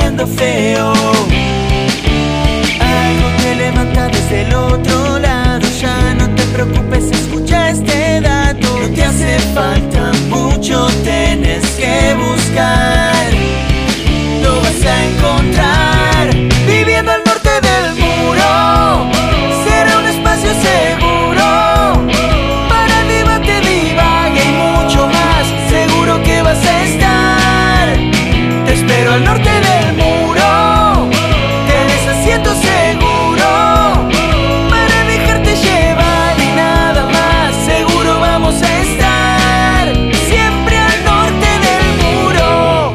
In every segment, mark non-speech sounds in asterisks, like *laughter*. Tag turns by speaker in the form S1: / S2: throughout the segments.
S1: algo feo. Algo te levanta desde el otro lado. Ya no te preocupes, escucha este dato. No te hace falta mucho, tienes que buscar. Lo vas a encontrar viviendo al norte del muro. Será un espacio seguro para debate, divague y mucho más. Seguro que vas a estar. Te espero al norte del muro. Tienes asiento seguro para dejarte llevar y nada más. Seguro vamos a estar siempre al norte del muro.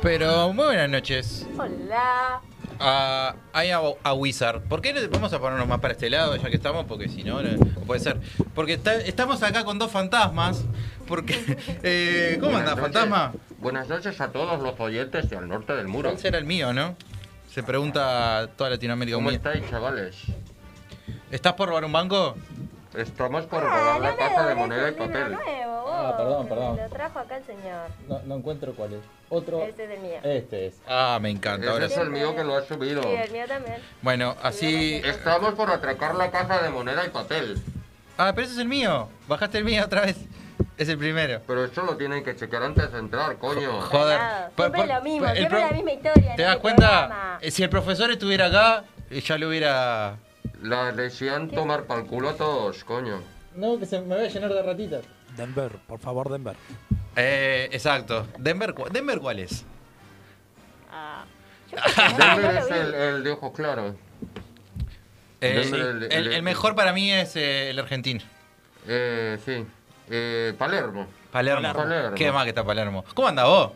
S2: Pero muy buenas noches
S3: Hola.
S2: a, a, a Wizard. ¿Por qué no vamos a ponernos más para este lado ya que estamos? Porque si no, no no puede ser. Porque está- estamos acá con dos fantasmas. Porque, *laughs* eh, ¿Cómo
S4: Buenas
S2: anda,
S4: noches.
S2: fantasma?
S4: Buenas noches a todos los oyentes de Al Norte del Muro.
S2: ¿Cuál será el mío, no? Se pregunta toda Latinoamérica.
S4: ¿Cómo
S2: Unida.
S4: estáis, chavales?
S2: ¿Estás por robar un banco?
S4: Estamos por
S3: Ah,
S4: robar
S3: no
S4: la
S3: me
S4: caja de
S3: dobles
S4: moneda y
S3: el vino
S4: papel.
S3: nuevo, vos, Este
S5: Ah, perdón, perdón. Oh,
S3: Lo trajo acá el señor.
S5: No, no encuentro cuál es. Otro.
S3: Este es el mío.
S5: Este es.
S2: Ah, me encanta.
S4: Ese
S2: Ahora
S4: es
S2: sí.
S4: el mío que lo ha subido.
S3: Y el
S5: oh.
S3: mío también.
S2: Bueno, así.
S4: Estamos por atracar la caja de moneda y papel.
S2: Ah, pero ese es el mío. Bajaste el mío otra vez. Es el primero.
S4: Pero esto lo tienen que checar antes de entrar, coño.
S2: Joder.
S3: Cagado.
S2: Por-
S3: Siempre
S2: por-
S3: lo mismo,
S2: el
S3: siempre
S2: pro-
S3: la misma historia.
S2: ¿Te
S3: en
S2: das
S3: este
S2: cuenta?
S3: programa.
S2: Eh, Si el profesor estuviera acá, eh, ya lo hubiera.
S4: La decían tomar pa'l culo a
S3: *laughs*
S4: todos, coño.
S5: No, que se me voy a llenar de ratitas.
S6: Denver, por favor, Denver.
S2: Eh, exacto. Denver, cu- Denver, ¿cuál es?
S3: Ah.
S4: Denver es el, el de ojos claros.
S2: Eh,
S4: Denver,
S2: sí.
S4: el-
S2: el,
S4: el-
S2: el mejor para mí es eh, el argentino.
S4: Eh, sí. Eh, Palermo.
S2: Palermo.
S4: Palermo.
S2: ¿Qué más que está Palermo? ¿Cómo anda vos?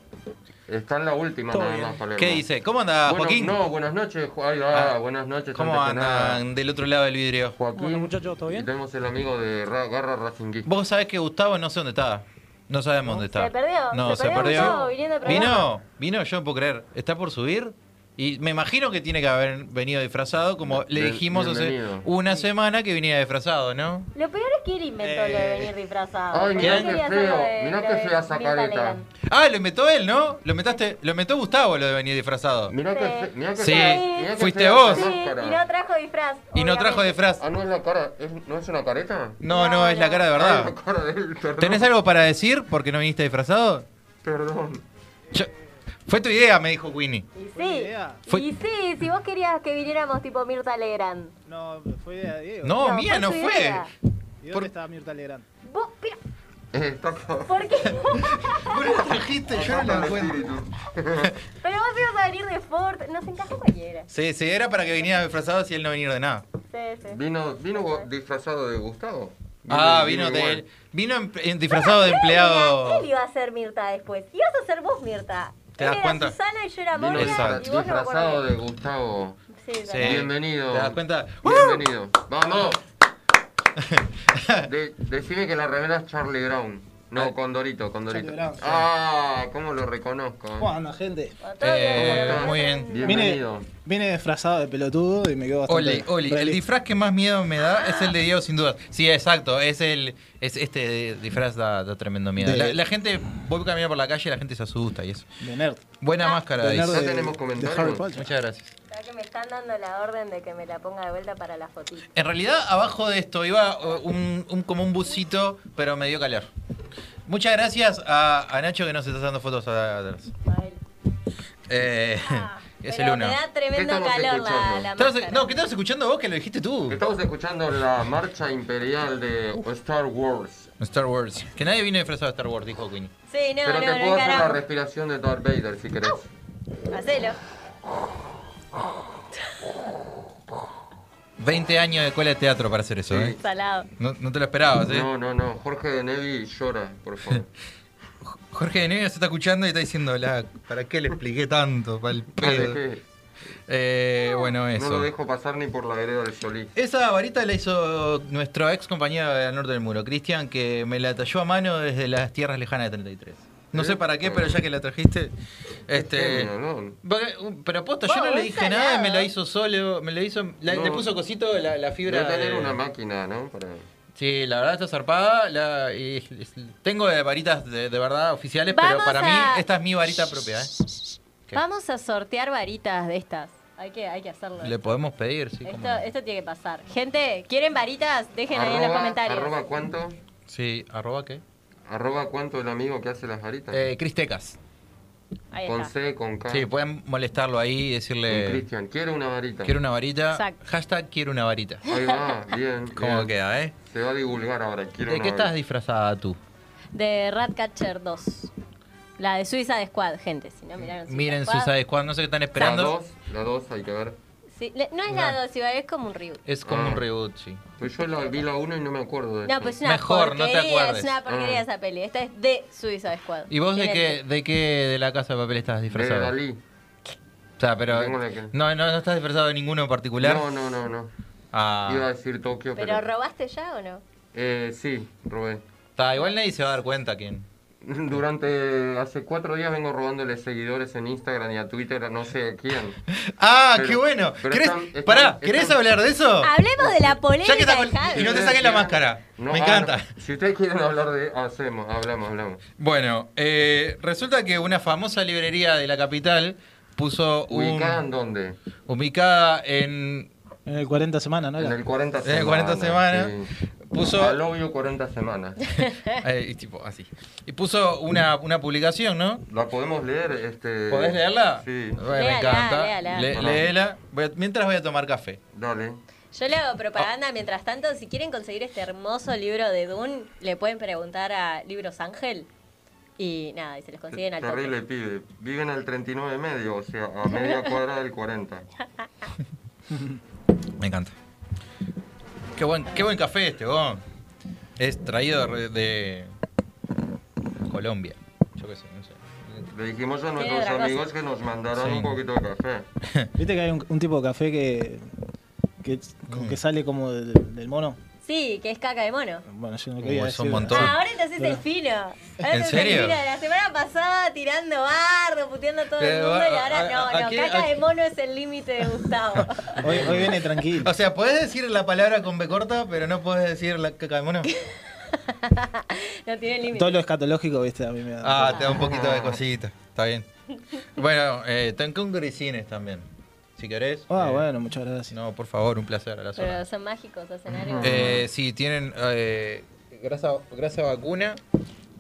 S4: Está en la última
S6: Todo
S4: nada
S6: bien.
S4: más, Palermo.
S2: ¿Qué dice? ¿Cómo anda
S4: Bueno,
S2: Joaquín?
S4: No, buenas noches. Ju- Ay, ah,
S2: Ah.
S4: buenas noches.
S2: ¿Cómo
S4: antes que nada.
S2: andan del otro lado del vidrio?
S6: Bueno,
S4: Joaquín,
S6: muchachos, ¿todo bien?
S4: tenemos el amigo de Ra- Garra Racinguista.
S2: Vos sabés que Gustavo no sé dónde está. No sabemos dónde está.
S3: Se perdió,
S2: No, se,
S3: se perdió
S2: perdió.
S3: Gustavo viniendo al programa.
S2: vino, vino, yo no puedo creer. Está por subir. Y me imagino que tiene que haber venido disfrazado, como le
S4: Bien-
S2: dijimos hace
S4: bienvenido.
S2: una semana que viniera disfrazado, ¿no?
S3: Lo peor es que él inventó lo de
S5: Eh.
S3: venir disfrazado. Yo
S4: Ay, mirá
S3: quería
S4: qué
S3: hacer lo
S4: feo,
S3: de-
S4: mirá
S3: lo
S4: qué
S3: de
S4: fea esa
S3: Mirta
S4: careta.
S3: Legrand.
S2: Ah, lo inventó él, ¿no? Lo inventaste, lo inventó Gustavo lo de venir disfrazado.
S4: Mira que,
S3: Sí.
S4: fe- mirá que
S2: Sí,
S4: fe- mirá que
S2: fuiste
S4: fea
S2: vos.
S4: esa
S3: Sí,
S4: máscara.
S3: y no trajo disfraz.
S2: Y no trajo
S3: obviamente.
S2: disfraz.
S4: Ah, no es la cara, ¿Es- no es una careta.
S2: No, no,
S3: No,
S2: es la
S3: no.
S2: cara de
S4: Ah, es
S2: verdad.
S4: la cara del perdón.
S2: ¿Tenés algo para decir porque no viniste disfrazado?
S4: Perdón.
S2: Yo- Fue tu idea, me dijo Winnie.
S3: Y
S7: Fue mi
S3: sí,
S7: idea.
S2: Fue-
S3: y sí, si vos querías que viniéramos tipo Mirta Legrand.
S7: No, fue idea de Diego.
S2: No,
S3: No,
S2: mía,
S3: fue
S2: no
S3: tu
S2: fue.
S3: idea.
S7: ¿Y dónde
S2: por-
S7: estaba Mirta Legrand?
S3: Vos, pero,
S4: Eh, Está acá.
S3: ¿por qué? *laughs*
S2: Vos la trajiste, yo no la encuentro.
S3: Pero vos ibas a venir de Ford, nos encajó cualquiera.
S2: Sí, sí, era para que viniera disfrazado si él no venía de nada.
S3: Sí, sí.
S4: Vino, vino disfrazado de Gustavo.
S2: Ah, vino
S4: igual.
S2: de Vino en- en disfrazado de
S3: Él era-
S2: empleado.
S3: Él iba a ser Mirta después. Ibas a ser vos Mirta.
S2: ¿Te
S3: Él
S2: das
S3: era
S2: cuenta?
S3: Susana y yo era
S4: Vino
S3: Moria
S2: Exacto.
S3: y vos no me acuerdo
S4: disfrazado de Gustavo.
S3: quién. Sí,
S2: Sí.
S3: dale.
S4: Bienvenido.
S2: ¿Te das *laughs* cuenta?
S4: Bienvenido. Vamos. De- decime que la remera es Charlie Brown.
S2: Ah.
S4: No, Condorito, Condorito.
S7: Charlie Brown, sí.
S4: Ah, cómo lo reconozco. eh.
S7: ¿Cómo anda, gente?
S3: Otro
S2: Eh,
S3: día.
S2: muy bien.
S4: Bienvenido.
S7: Vine disfrazado de pelotudo y me quedo bastante.
S2: Oli, Oli, el
S7: realista.
S2: disfraz que más miedo me da es el de Diego, sin duda. Sí, exacto, es el es este disfraz da, da tremendo miedo.
S7: De-
S2: La, la gente, voy caminando por la calle y la gente se asusta y eso.
S7: De nerd.
S2: Buena máscara,
S7: De nerd
S2: dice.
S7: de-
S4: tenemos
S7: de
S4: comentarios.
S7: Harry Potter.
S2: Muchas gracias.
S3: Ya que me están dando la orden de que me la ponga de vuelta para la fotito.
S2: En realidad, abajo de esto iba eh, un, un- como un busito, pero me dio calor. Muchas gracias a, a Nacho que nos está dando fotos a- atrás.
S3: Ay,
S2: Eh,
S3: ah,
S2: *laughs* es el
S3: pero
S2: uno.
S3: Me da tremendo
S4: estamos
S3: calor la,
S4: escuchando?
S3: la
S2: Estabas- e-
S3: máscara.
S2: No, ¿qué estabas escuchando vos que lo dijiste tú?
S4: Estamos escuchando la marcha imperial de Star Wars.
S2: Star Wars. Que nadie vino disfrazado de Star Wars, dijo Queen.
S3: Sí, no,
S4: Pero
S3: no,
S4: te
S3: no,
S4: puedo hacer la
S3: carajo.
S4: respiración de Darth Vader si querés.
S3: Hacelo.
S2: 20 años de escuela de teatro para hacer eso,
S4: Sí.
S2: ¿eh?
S3: Salado.
S2: No, no te lo esperabas, ¿eh?
S4: No, no, no. Jorge de Nevi llora, por favor.
S2: *laughs* Jorge de Niño se está escuchando y está diciendo, la, ¿para qué le expliqué tanto? Para el
S4: Dale,
S2: pedo.
S4: que
S2: Eh, bueno,
S4: No lo
S2: eso.
S4: dejo pasar ni por la vereda del Solís.
S2: Esa varita la hizo nuestro ex compañero de Al Norte del Muro, Cristian, que me la talló a mano desde las tierras lejanas de 33. No sé para qué, pero ya que la trajiste,
S4: Qué
S2: este...
S4: genio, ¿no?
S2: Porque, uh, Pero posta,
S3: Vos,
S2: yo no le
S3: vos
S2: dije
S3: salado.
S2: nada, me la hizo solo, me la hizo, la-
S4: No.
S2: le puso cosito la, la fibra.
S4: Debe tener
S2: de-
S4: una máquina, ¿no? Para...
S2: Sí, la verdad está zarpada. La, y- y- tengo eh, varitas de, de verdad oficiales, pero
S3: Vamos
S2: para
S3: a-
S2: mí esta es mi varita propia. ¿eh? ¿Qué?
S3: Vamos a sortear varitas de estas. Hay que, hay que hacerlo.
S2: Le podemos pedir, sí. cómo
S3: Esto,
S2: no.
S3: esto tiene que pasar. Gente, ¿quieren varitas? Dejen ahí en los comentarios.
S4: arroba cuánto?
S2: Sí, arroba qué.
S4: Arroba cuánto el amigo que hace las varitas.
S2: Eh, Cristecas.
S3: Ahí
S4: con
S3: está.
S4: C, con K.
S2: Sí, pueden molestarlo ahí y
S4: Con
S2: decirle,
S4: Cristian. Quiero una varita.
S2: quiero una varita.
S3: Exacto.
S2: Hashtag quiero una varita.
S4: Ahí va, bien.
S2: *laughs* ¿Cómo
S4: bien.
S2: queda, eh?
S4: Se va a divulgar ahora. Quiero
S2: ¿De
S4: una
S2: qué estás
S4: varita.
S2: disfrazada tú?
S3: De Ratcatcher 2. La de Suiza de Squad, gente. Si no miraron Suicide
S2: Miren
S3: Squad-
S2: Suicide Squad, no sé qué están
S4: Las
S2: esperando.
S4: dos, las dos hay que ver.
S3: Sí, le- no es la 2, igual, es como un reboot.
S2: Es como
S4: Ah.
S2: un reboot, sí.
S4: Pues yo la, vi la uno y no me acuerdo de
S3: No,
S4: eso.
S3: pues es una
S2: Mejor, no te
S3: porquería,
S2: acuerdes.
S3: Es una porquería
S4: Ah.
S3: esa peli. Esta es de Suiza Squad.
S2: ¿Y vos de
S3: Tiene
S2: qué, de qué de la casa de papel estás
S4: De
S2: disfrazado?
S4: Eh, Dalí.
S2: O sea, pero.
S4: Tengo la que-
S2: No, no, no estás disfrazado de ninguno en particular.
S4: No, no, no, no.
S2: Ah.
S4: Iba a decir Tokio,
S3: el-
S4: pero...
S3: ¿Pero robaste ya o no?
S4: Eh, sí, robé. *laughs*
S2: Está, igual nadie se va a dar cuenta quién.
S4: Durante... Hace cuatro días vengo robándole seguidores en Instagram y a Twitter a no sé
S3: *laughs*
S4: a quién.
S2: Ah,
S4: Pero-
S2: qué bueno.
S4: pero
S2: ¿Querés,
S4: están- están-
S2: pará, ¿querés
S4: están-
S2: hablar de eso?
S3: Hablemos de la polémica
S2: Ya que está
S3: de
S2: con-
S3: Javi.
S2: y no te
S4: Ustedes
S2: saques la
S4: quieran-
S2: máscara.
S4: No,
S2: Me
S4: ah,
S2: encanta.
S4: no. Si ustedes quieren hablar de... Hacemos, hablamos, hablamos.
S2: Bueno, eh, resulta que una famosa librería de la capital puso un.
S4: ¿Ubicada en dónde?
S2: ubicada
S3: *laughs*
S2: en.
S7: En el 40 semanas, ¿no?
S4: En
S7: Era?
S4: el 40
S2: En
S4: semanas.
S2: el 40 semanas.
S4: sí.
S2: Puso.
S4: Al obvio 40
S3: *laughs*
S4: semanas.
S2: eh, y tipo, así. Y puso una, una publicación, ¿no?
S4: ¿La podemos leer? Este...
S2: ¿Podés leerla?
S4: Sí.
S2: Bueno, me
S3: Léala,
S2: encanta.
S3: léala.
S2: Le-
S4: Pará.
S2: léela. Voy a- mientras voy a tomar café.
S4: Dale.
S3: Yo le hago propaganda. Mientras tanto, si quieren conseguir este hermoso libro de Dune, le pueden preguntar a Libros Ángel. Y nada, y se los consiguen al toque.
S4: Terrible pibe. Viven al 39 y medio, o sea, a media cuadra
S3: *laughs*
S4: del 40.
S2: Me encanta. Qué buen, qué buen café este, vos. Es traído re- de Colombia. Yo qué sé, no sé.
S4: Le dijimos a
S3: Tiene
S4: nuestros
S3: otra cosa.
S4: amigos que nos mandaran
S2: Sí.
S4: un poquito de café.
S7: ¿Viste que hay un, un tipo de café que, que, como que sale como del, del mono?
S3: Sí, que es caca de mono.
S7: Bueno, yo no
S2: Uh,
S7: quería
S2: es un
S7: decir-
S2: montón.
S3: Ah, ahora entonces el fino. Ahora
S2: ¿En
S3: entonces
S2: serio?
S3: El fino. La semana pasada tirando bardo, puteando a todo el
S2: Eh,
S3: mundo y
S2: va-
S3: ahora no,
S2: a-
S3: no.
S2: aquí-
S3: caca
S2: aquí-
S3: de mono es el límite de
S2: *laughs*
S3: Gustavo.
S7: Hoy, hoy viene tranquilo.
S2: O sea, podés decir la palabra con B corta, pero no podés decir la caca de mono.
S3: no tiene
S7: Todo
S3: límite.
S7: lo escatológico, viste, a mí me da.
S2: Ah, te da un poquito de cosita. Está bien. Bueno, eh, tengo grisines también. Si querés.
S7: Ah,
S2: eh,
S7: bueno, muchas gracias.
S2: No, por favor, un placer a la zona.
S3: Pero son mágicos, hacen algo.
S2: Eh, sí, tienen eh, grasa, grasa vacuna,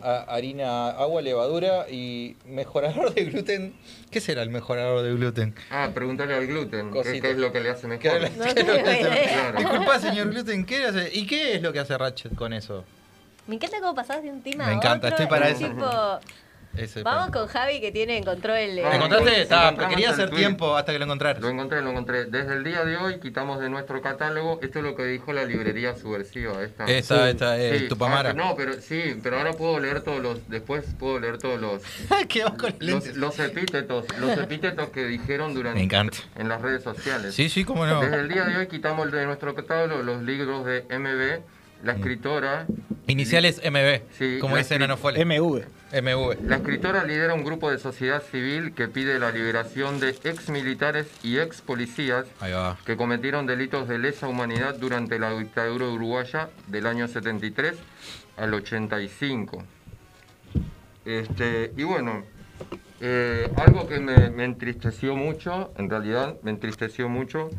S2: a- harina, agua, levadura y mejorador de gluten. ¿Qué será el mejorador de gluten?
S4: Ah, pregúntale al gluten, que-
S2: Cosita.
S4: que es lo que le hace mejor.
S2: ¿Qué-
S3: No
S2: qué
S3: tengo
S2: es lo que hace?
S3: idea.
S4: Claro.
S2: Disculpa, señor gluten, ¿qué hace? ¿Y qué es lo que hace Ratchet con eso?
S3: Me encanta cómo pasás de un tema
S2: Me
S3: a
S2: encanta,
S3: otro,
S2: estoy para
S3: es
S2: eso.
S3: tipo,
S2: Ese
S3: vamos
S2: pan.
S3: con Javi que tiene encontró el.
S2: ¿Lo
S4: Ah,
S3: eh,
S2: encontraste? Ta,
S4: encontramos
S2: quería
S4: hasta el
S2: hacer
S4: tweet.
S2: tiempo hasta que lo encontraras. *laughs*
S4: *laughs* Lo encontré, lo encontré. Desde el día de hoy quitamos de nuestro catálogo, esto es lo que dijo la librería subversiva, esta.
S2: Esta, esta, es
S4: Sí,
S2: Tupamara.
S4: ah, no, pero sí, pero ahora puedo leer todos los, después puedo leer todos los,
S2: que vas con el
S4: los,
S2: lente.
S4: los epítetos,
S3: *laughs*
S4: los epítetos que dijeron
S2: Me
S4: durante,
S2: encanta.
S4: en las redes sociales.
S2: Sí, sí, cómo
S4: *laughs*
S2: no.
S4: Desde el día de hoy quitamos de nuestro catálogo los libros de MB, la escritora
S2: Iniciales MB,
S8: Sí,
S2: como
S8: la
S2: dice
S8: escri-
S2: Nano Fuele.
S7: MV.
S2: MV.
S8: La escritora lidera un grupo de sociedad civil que pide la liberación de ex militares y ex policías
S2: Ahí va.
S8: que cometieron delitos de lesa humanidad durante la dictadura uruguaya del año 73 al 85. Este, y bueno, eh, algo que me, me entristeció mucho, en realidad me entristeció mucho,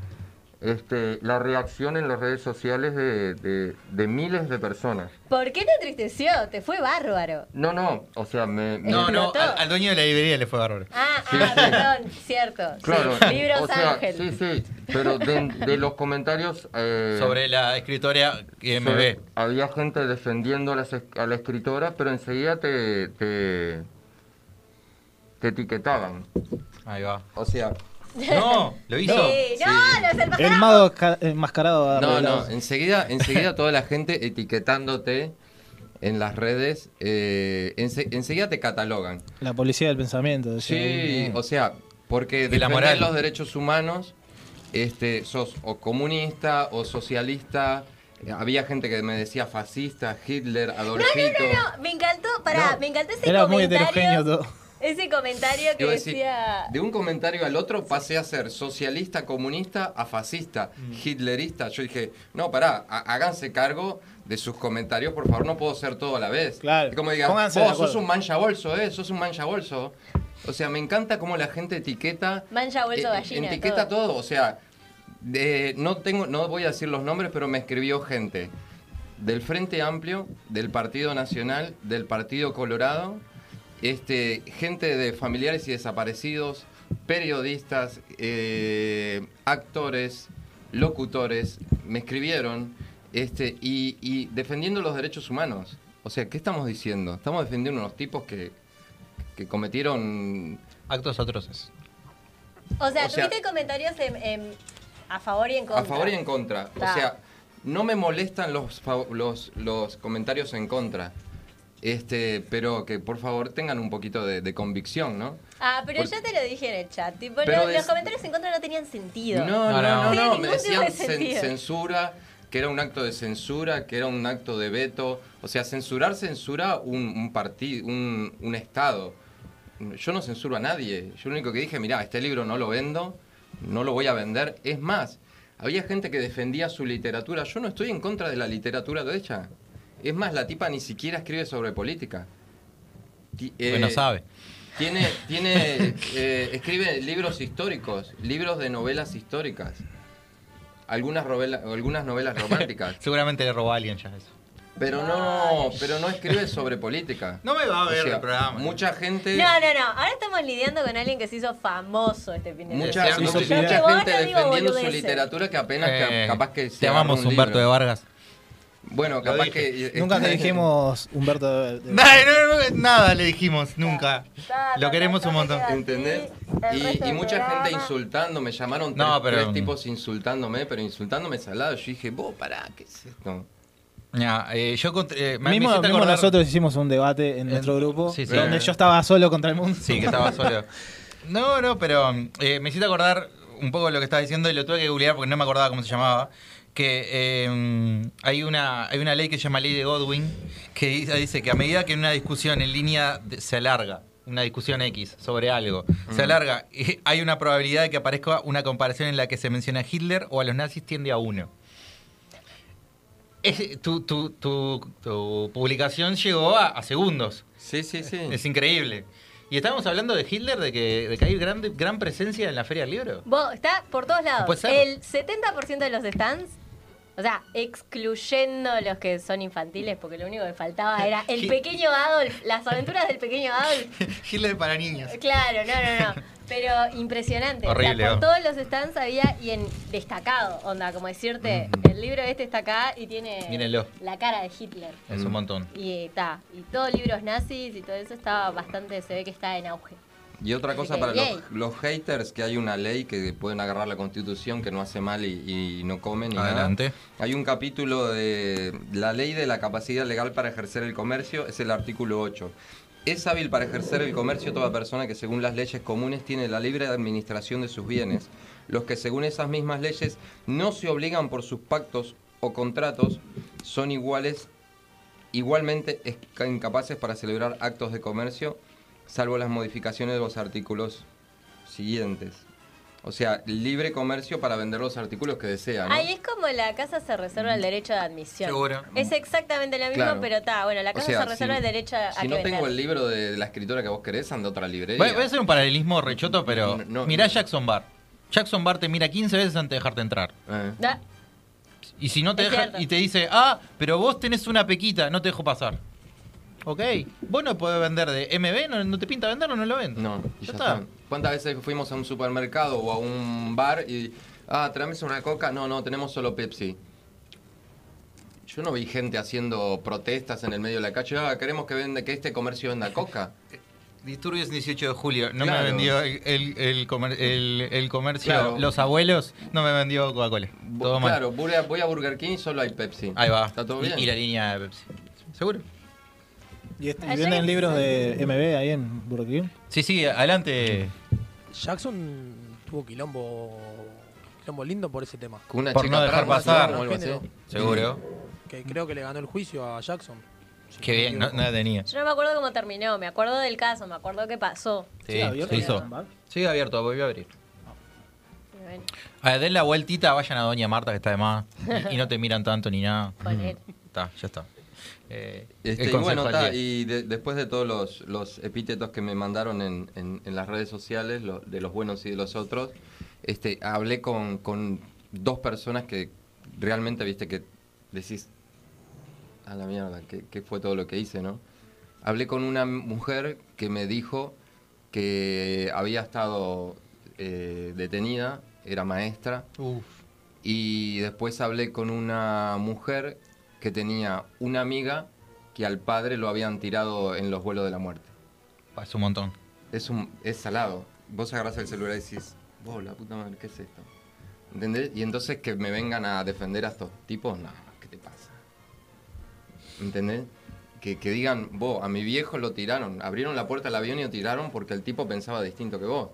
S8: este, la reacción en las redes sociales de- de- de miles de personas.
S3: ¿Por qué te entristeció? Te fue bárbaro.
S8: No, no, o sea, me... me-
S2: No, no,
S3: Explotó.
S2: al, al dueño de la librería le fue bárbaro.
S3: Ah,
S8: Sí,
S3: ah,
S8: sí.
S3: perdón, cierto. sí.
S8: Claro,
S3: Libros
S8: o sea,
S3: Ángel.
S8: sí, sí, pero de, de los comentarios... eh,
S2: Sobre la escritora
S8: sobre-
S2: MB.
S8: había gente defendiendo a, las es- a la escritora, pero enseguida te, te, te etiquetaban.
S2: Ahí va.
S8: O sea...
S2: No, lo hizo.
S3: Sí, no, lo es el pasado.
S7: El mago esca- enmascarado. ha
S4: No,
S7: revelado.
S4: no, enseguida, enseguida toda la gente etiquetándote en las redes, eh, ense- enseguida te catalogan.
S7: La policía del pensamiento.
S4: Sí,
S7: decía,
S4: o sea, porque
S2: Y la
S4: defender
S2: moral.
S4: los derechos humanos, este, sos o comunista o socialista. eh, Había gente que me decía fascista, Hitler, Adolf Hitler.
S3: No, me encantó, pará,
S4: No.
S3: me encantó ese
S7: Era muy heterogéneo
S3: comentario.
S7: todo.
S3: ese comentario que
S4: Iba a decir,
S3: decía.
S4: de un comentario al otro pasé a ser socialista, comunista, a fascista, hitlerista. Yo dije, no, pará, ha- háganse cargo de sus comentarios, por favor, no puedo ser todo a la vez.
S7: Claro,
S4: Y como digan,
S7: pónganse de
S4: vos sos
S7: acuerdo.
S4: un mancha bolso, eh, sos un mancha bolso. O sea, me encanta cómo la gente etiqueta.
S3: Mancha bolso
S4: eh,
S3: gallina.
S4: Etiqueta
S3: todo.
S4: todo, o sea, de- no, tengo, no voy a decir los nombres, pero me escribió gente del Frente Amplio, del Partido Nacional, del Partido Colorado, este, gente de familiares y desaparecidos, periodistas, eh, actores, locutores, me escribieron este, y, y defendiendo los derechos humanos. O sea, ¿qué estamos diciendo? Estamos defendiendo unos tipos que, que cometieron...
S2: Actos atroces.
S3: O sea,
S4: o sea-
S3: tuviste comentarios en- en- a favor y en contra.
S4: A favor y en contra.
S3: Ta.
S4: O sea, no me molestan los, fa- los, los comentarios en contra. Este, pero que por favor tengan un poquito de, de convicción, ¿no?
S3: Ah, pero
S4: Porque-
S3: yo te lo dije en el chat. Tipo,
S4: Pues Pero
S3: los, los
S4: des-
S3: comentarios en contra no tenían sentido.
S4: No,
S2: No, no.
S4: no, no, no,
S3: Tiene
S4: me
S3: ningún tipo
S4: decían
S3: de
S4: cen-
S3: sentido.
S4: censura, que era un acto de censura, que era un acto de veto. O sea, censurar censura un, un partido, un, un Estado. Yo no censuro a nadie. Yo lo único que dije, mirá, este libro no lo vendo, no lo voy a vender. Es más, había gente que defendía su literatura. Yo no estoy en contra de la literatura de ella. Es más, la tipa ni siquiera escribe sobre política. Ti-
S2: Porque no
S4: eh,
S2: sabe.
S4: tiene, tiene, eh, escribe libros históricos, libros de novelas históricas, algunas, novela- algunas novelas
S3: *laughs*
S4: románticas,
S2: Seguramente le robó a alguien ya eso.
S4: pero no, pero no escribe sobre política.
S2: No me va a
S4: O
S2: ver
S4: sea,
S2: el programa.
S4: Mucha gente,
S3: No, no, no. Ahora estamos lidiando con alguien que se hizo famoso este fin de
S4: mucha,
S2: Sí,
S4: mucha
S2: sí, sí.
S4: gente
S3: Yo que vos te digo
S4: defendiendo su
S3: boludeces.
S4: literatura que apenas, que-
S2: Eh,
S4: capaz que se
S2: Te amamos,
S4: agarra un
S2: Humberto
S4: libro.
S2: de Vargas.
S4: Bueno, capaz
S2: dije.
S4: que eh, este,
S2: *laughs*
S7: Nunca te dijimos Humberto. de- de-
S2: Dale, *laughs* no, no, no, nada le dijimos, nunca. Lo queremos un montón.
S4: ¿Entendés?
S3: El resto
S4: Y, y
S3: del
S4: mucha
S3: programa.
S4: gente insultando, me llamaron tres,
S2: No, pero-
S4: tres tipos insultándome, pero insultándome salado. Yo dije, vos pará, ¿qué es esto?
S2: Ya, eh, yo contra- eh, me- me
S7: mismo
S2: hiciste
S7: mismo
S2: acordar-
S7: nosotros hicimos un debate en
S2: En-
S7: nuestro grupo
S2: sí, sí.
S7: donde
S2: Eh.
S7: yo estaba solo contra el mundo.
S2: Sí, que estaba solo. No, no, pero eh, me hiciste acordar un poco de lo que estabas diciendo y lo tuve que googlear porque no me acordaba cómo se llamaba. Que eh, hay, una, hay una ley que se llama Ley de Godwin que di- dice que a medida que una discusión en línea de- se alarga, una discusión X sobre algo, se alarga, y hay una probabilidad de que aparezca una comparación en la que se menciona a Hitler o a los nazis tiende a uno. Es- tu, tu- tu- tu publicación llegó a- a segundos.
S4: Sí, sí, sí.
S2: Es increíble. Y estábamos hablando de Hitler, de que, de que hay gran, gran presencia en la Feria del Libro.
S3: Vos, está por todos lados.
S2: Puede ser.
S3: El 70% de los stands, o sea, excluyendo los que son infantiles, porque lo único que faltaba era el
S2: Sí.
S3: pequeño Adolf, las aventuras del pequeño Adolf.
S2: *laughs* Hitler para niños.
S3: Claro, no, no,
S4: *laughs*
S3: no. Pero impresionante. O sea,
S2: Horrible,
S3: por
S2: ¿no?
S3: todos los stands había y en destacado, onda, como decirte, el libro este está acá y tiene
S2: Mírenlo.
S3: la cara de Hitler.
S2: Es un montón.
S3: Y está, y todos libros nazis y todo eso estaba bastante, se ve que está en auge.
S4: Y otra
S3: Así
S4: cosa
S3: que,
S4: para
S3: yay.
S4: los, los haters, que hay una ley que pueden agarrar la constitución que no hace mal y, y no comen y
S2: Adelante.
S4: nada. Hay un capítulo de la ley de la capacidad legal para ejercer el comercio, es el artículo 8. Es hábil para ejercer el comercio toda persona que según las leyes comunes tiene la libre administración de sus bienes, los que según esas mismas leyes no se obligan por sus pactos o contratos son iguales igualmente es- incapaces para celebrar actos de comercio, salvo las modificaciones de los artículos siguientes. O sea, libre comercio para vender los artículos que desean. ¿no?
S3: Ahí es como la casa se reserva el derecho de admisión.
S2: Seguro.
S3: Es exactamente lo mismo,
S4: Claro.
S3: pero está, bueno, la
S4: O
S3: casa
S4: sea,
S3: se reserva
S4: si-
S3: el derecho a
S4: Si
S3: que
S4: no tengo
S3: vender.
S4: el libro de la escritora que vos querés, anda a otra librería.
S2: Voy, voy a hacer un paralelismo rechoto, pero
S4: No, no,
S2: mirá
S4: no.
S2: Jackson Bar. Jackson Bar te mira 15 veces antes de dejarte entrar.
S4: Eh.
S3: Da-
S2: Y si no te
S3: Es
S2: deja
S3: cierto.
S2: y te dice, ah, pero vos tenés una pequita, no te dejo pasar. Ok, vos no podés vender de MB, no, no te pinta venderlo, no lo vendo.
S4: No, y ya, está. ¿Cuántas veces fuimos a un supermercado o a un bar y. Ah, tráeme una coca? No, no, tenemos solo Pepsi. Yo no vi gente haciendo protestas en el medio de la calle. Ah, queremos que, venda, que este comercio venda coca.
S2: Disturbios 18 de julio, no
S4: Claro.
S2: me vendió el, el- el comer- el- el comercio,
S4: Claro.
S2: los abuelos, no me vendió Coca-Cola.
S4: Bu-
S2: Todo mal.
S4: claro, voy a, voy a Burger King y solo hay Pepsi.
S2: Ahí va.
S4: Está todo
S2: Y-
S4: bien.
S2: Y, la línea de Pepsi. ¿Seguro?
S7: Y, este- y
S3: Ayer-
S7: venden libros de MB ahí en Burger King.
S2: Sí, sí, adelante.
S6: Jackson tuvo quilombo, quilombo lindo por ese tema.
S4: Con una
S2: Por
S4: chica
S2: no dejar
S4: trans,
S2: pasar.
S4: ¿no? O algo así.
S6: Género.
S2: Seguro.
S6: Que creo que le ganó el juicio a Jackson. *laughs* Si
S2: Qué
S6: no me
S2: bien, no,
S6: equivoco.
S2: no la tenía.
S3: Yo no me acuerdo cómo terminó, me acuerdo del caso, me acuerdo qué pasó.
S2: Sí,
S7: abierto
S2: se hizo.
S7: Jackson Bar?
S2: Sigue abierto, volvió a abrir.
S3: Y bueno,
S2: A ver, Ah, den la vueltita, vayan a Doña Marta, que está de más. Y, y no te miran tanto ni nada.
S3: con él.
S2: Está, ya está. Eh,
S4: Este,
S2: el
S4: y
S2: consejo
S4: bueno,
S2: del
S4: ta,
S2: día.
S4: y de- después de todos los, los epítetos que me mandaron en, en- en las redes sociales, lo- de los buenos y de los otros, este, hablé con, con dos personas que realmente, viste, que decís, a la mierda, ¿qué, qué fue todo lo que hice, no? Hablé con una mujer que me dijo que había estado eh, detenida, era maestra,
S2: Uf.
S4: y después hablé con una mujer que tenía una amiga que al padre lo habían tirado en los vuelos de la muerte.
S2: Es un montón.
S4: Es, un, es salado. Vos agarrás el celular y decís, vos, la puta madre, ¿qué es esto? ¿Entendés? Y entonces que me vengan a defender a estos tipos, no, ¿qué te pasa? ¿Entendés? Que, que digan, vos, a mi viejo lo tiraron, abrieron la puerta del avión y lo tiraron porque el tipo pensaba distinto que vos.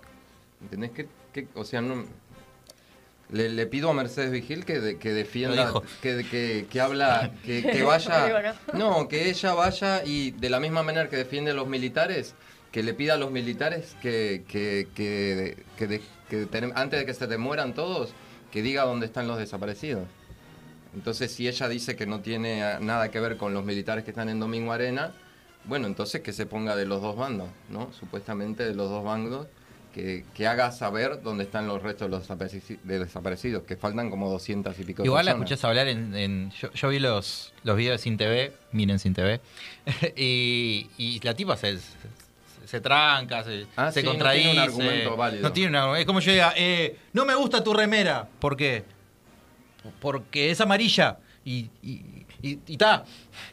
S4: ¿Entendés? Que, que- o sea, no... Le, le pido a Mercedes Vigil que, de- que
S2: Lo
S4: defienda,
S2: dijo.
S4: que, que, que habla, que,
S2: *laughs*
S4: que vaya... No, que ella vaya y de la misma manera que defiende a los militares, que le pida a los militares que, que, que, que de- que tenem- antes de que se te mueran todos, que diga dónde están los desaparecidos. Entonces, si ella dice que no tiene ah, nada que ver con los militares que están en Domingo Arena, bueno, entonces que se ponga de los dos bandos, ¿no? Supuestamente de los dos bandos, que, que haga saber dónde están los restos de los desapareci- de desaparecidos, que faltan como 200 y pico
S2: Igual la
S4: personas.
S2: escuchás hablar en... en- yo, yo vi los, los videos de Sin TV, miren Sin TV, *laughs* y, y la tipa se, se, se tranca, se,
S4: Ah,
S2: se
S4: sí, no
S2: contradice.
S4: tiene un argumento válido.
S2: No tiene un argumento. Es como yo diga, eh, no me gusta tu remera. ¿Por qué? Porque es amarilla. Y, y, y, y ta.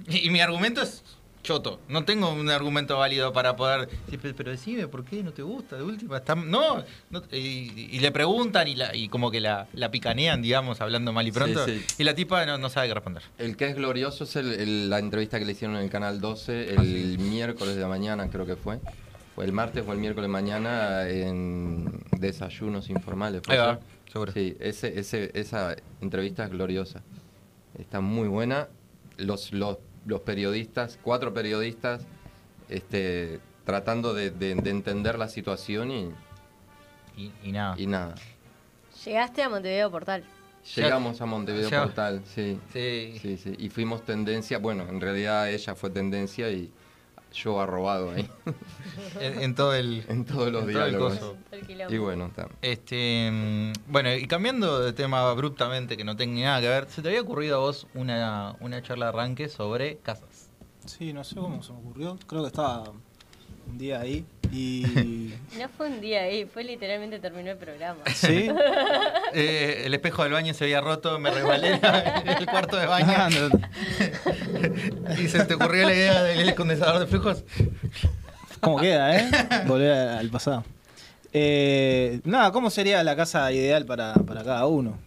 S2: Y, mi argumento es choto. No tengo un argumento válido para poder... Sí, pe- pero decime, ¿por qué no te gusta? De última, está- no. no- y, y le preguntan y, la, y como que la, la picanean, digamos, hablando mal y
S4: Sí,
S2: pronto.
S4: sí.
S2: Y la tipa no, no sabe qué responder.
S4: El que es glorioso es el- el- la entrevista que le hicieron en el Canal 12
S2: Ah,
S4: el miércoles de la mañana, creo que fue. O el martes o el miércoles de mañana en Desayunos Informales. ¿fue
S2: Ahí va,
S4: eso?
S2: seguro.
S4: Sí, ese- ese- esa entrevista es gloriosa. Está muy buena. Los, los, los periodistas, cuatro periodistas, este, tratando de, de- de entender la situación y,
S2: Y, y nada.
S4: y nada.
S3: Llegaste a Montevideo Portal.
S4: Llegamos a Montevideo
S2: Ya.
S4: Portal, sí.
S2: Sí.
S4: Sí, sí, y fuimos tendencia, bueno, en realidad ella fue tendencia y yo arrobado ahí *laughs*
S2: En, en todo el.
S4: en todos los
S2: En todo el
S4: diálogos.
S2: coso.
S3: El quilombo.
S4: y bueno, está.
S2: Este, mm, bueno, y cambiando de tema abruptamente que no tenga nada que ver, ¿se te había ocurrido a vos una, una charla de arranque sobre casas?
S7: Sí, no sé cómo se me ocurrió. Creo que estaba un día ahí
S2: *laughs*
S7: y...
S3: No fue un día ahí, fue literalmente terminó el programa.
S7: ¿Sí?
S2: Eh, el espejo del baño se había roto, me resbalé
S7: *laughs*
S2: en el cuarto de baño
S7: Ah, no,
S2: y se te ocurrió la idea del condensador de flujos.
S7: ¿Cómo queda, eh? Volver a- al pasado. Eh, nada, ¿cómo sería la casa ideal para, para cada uno?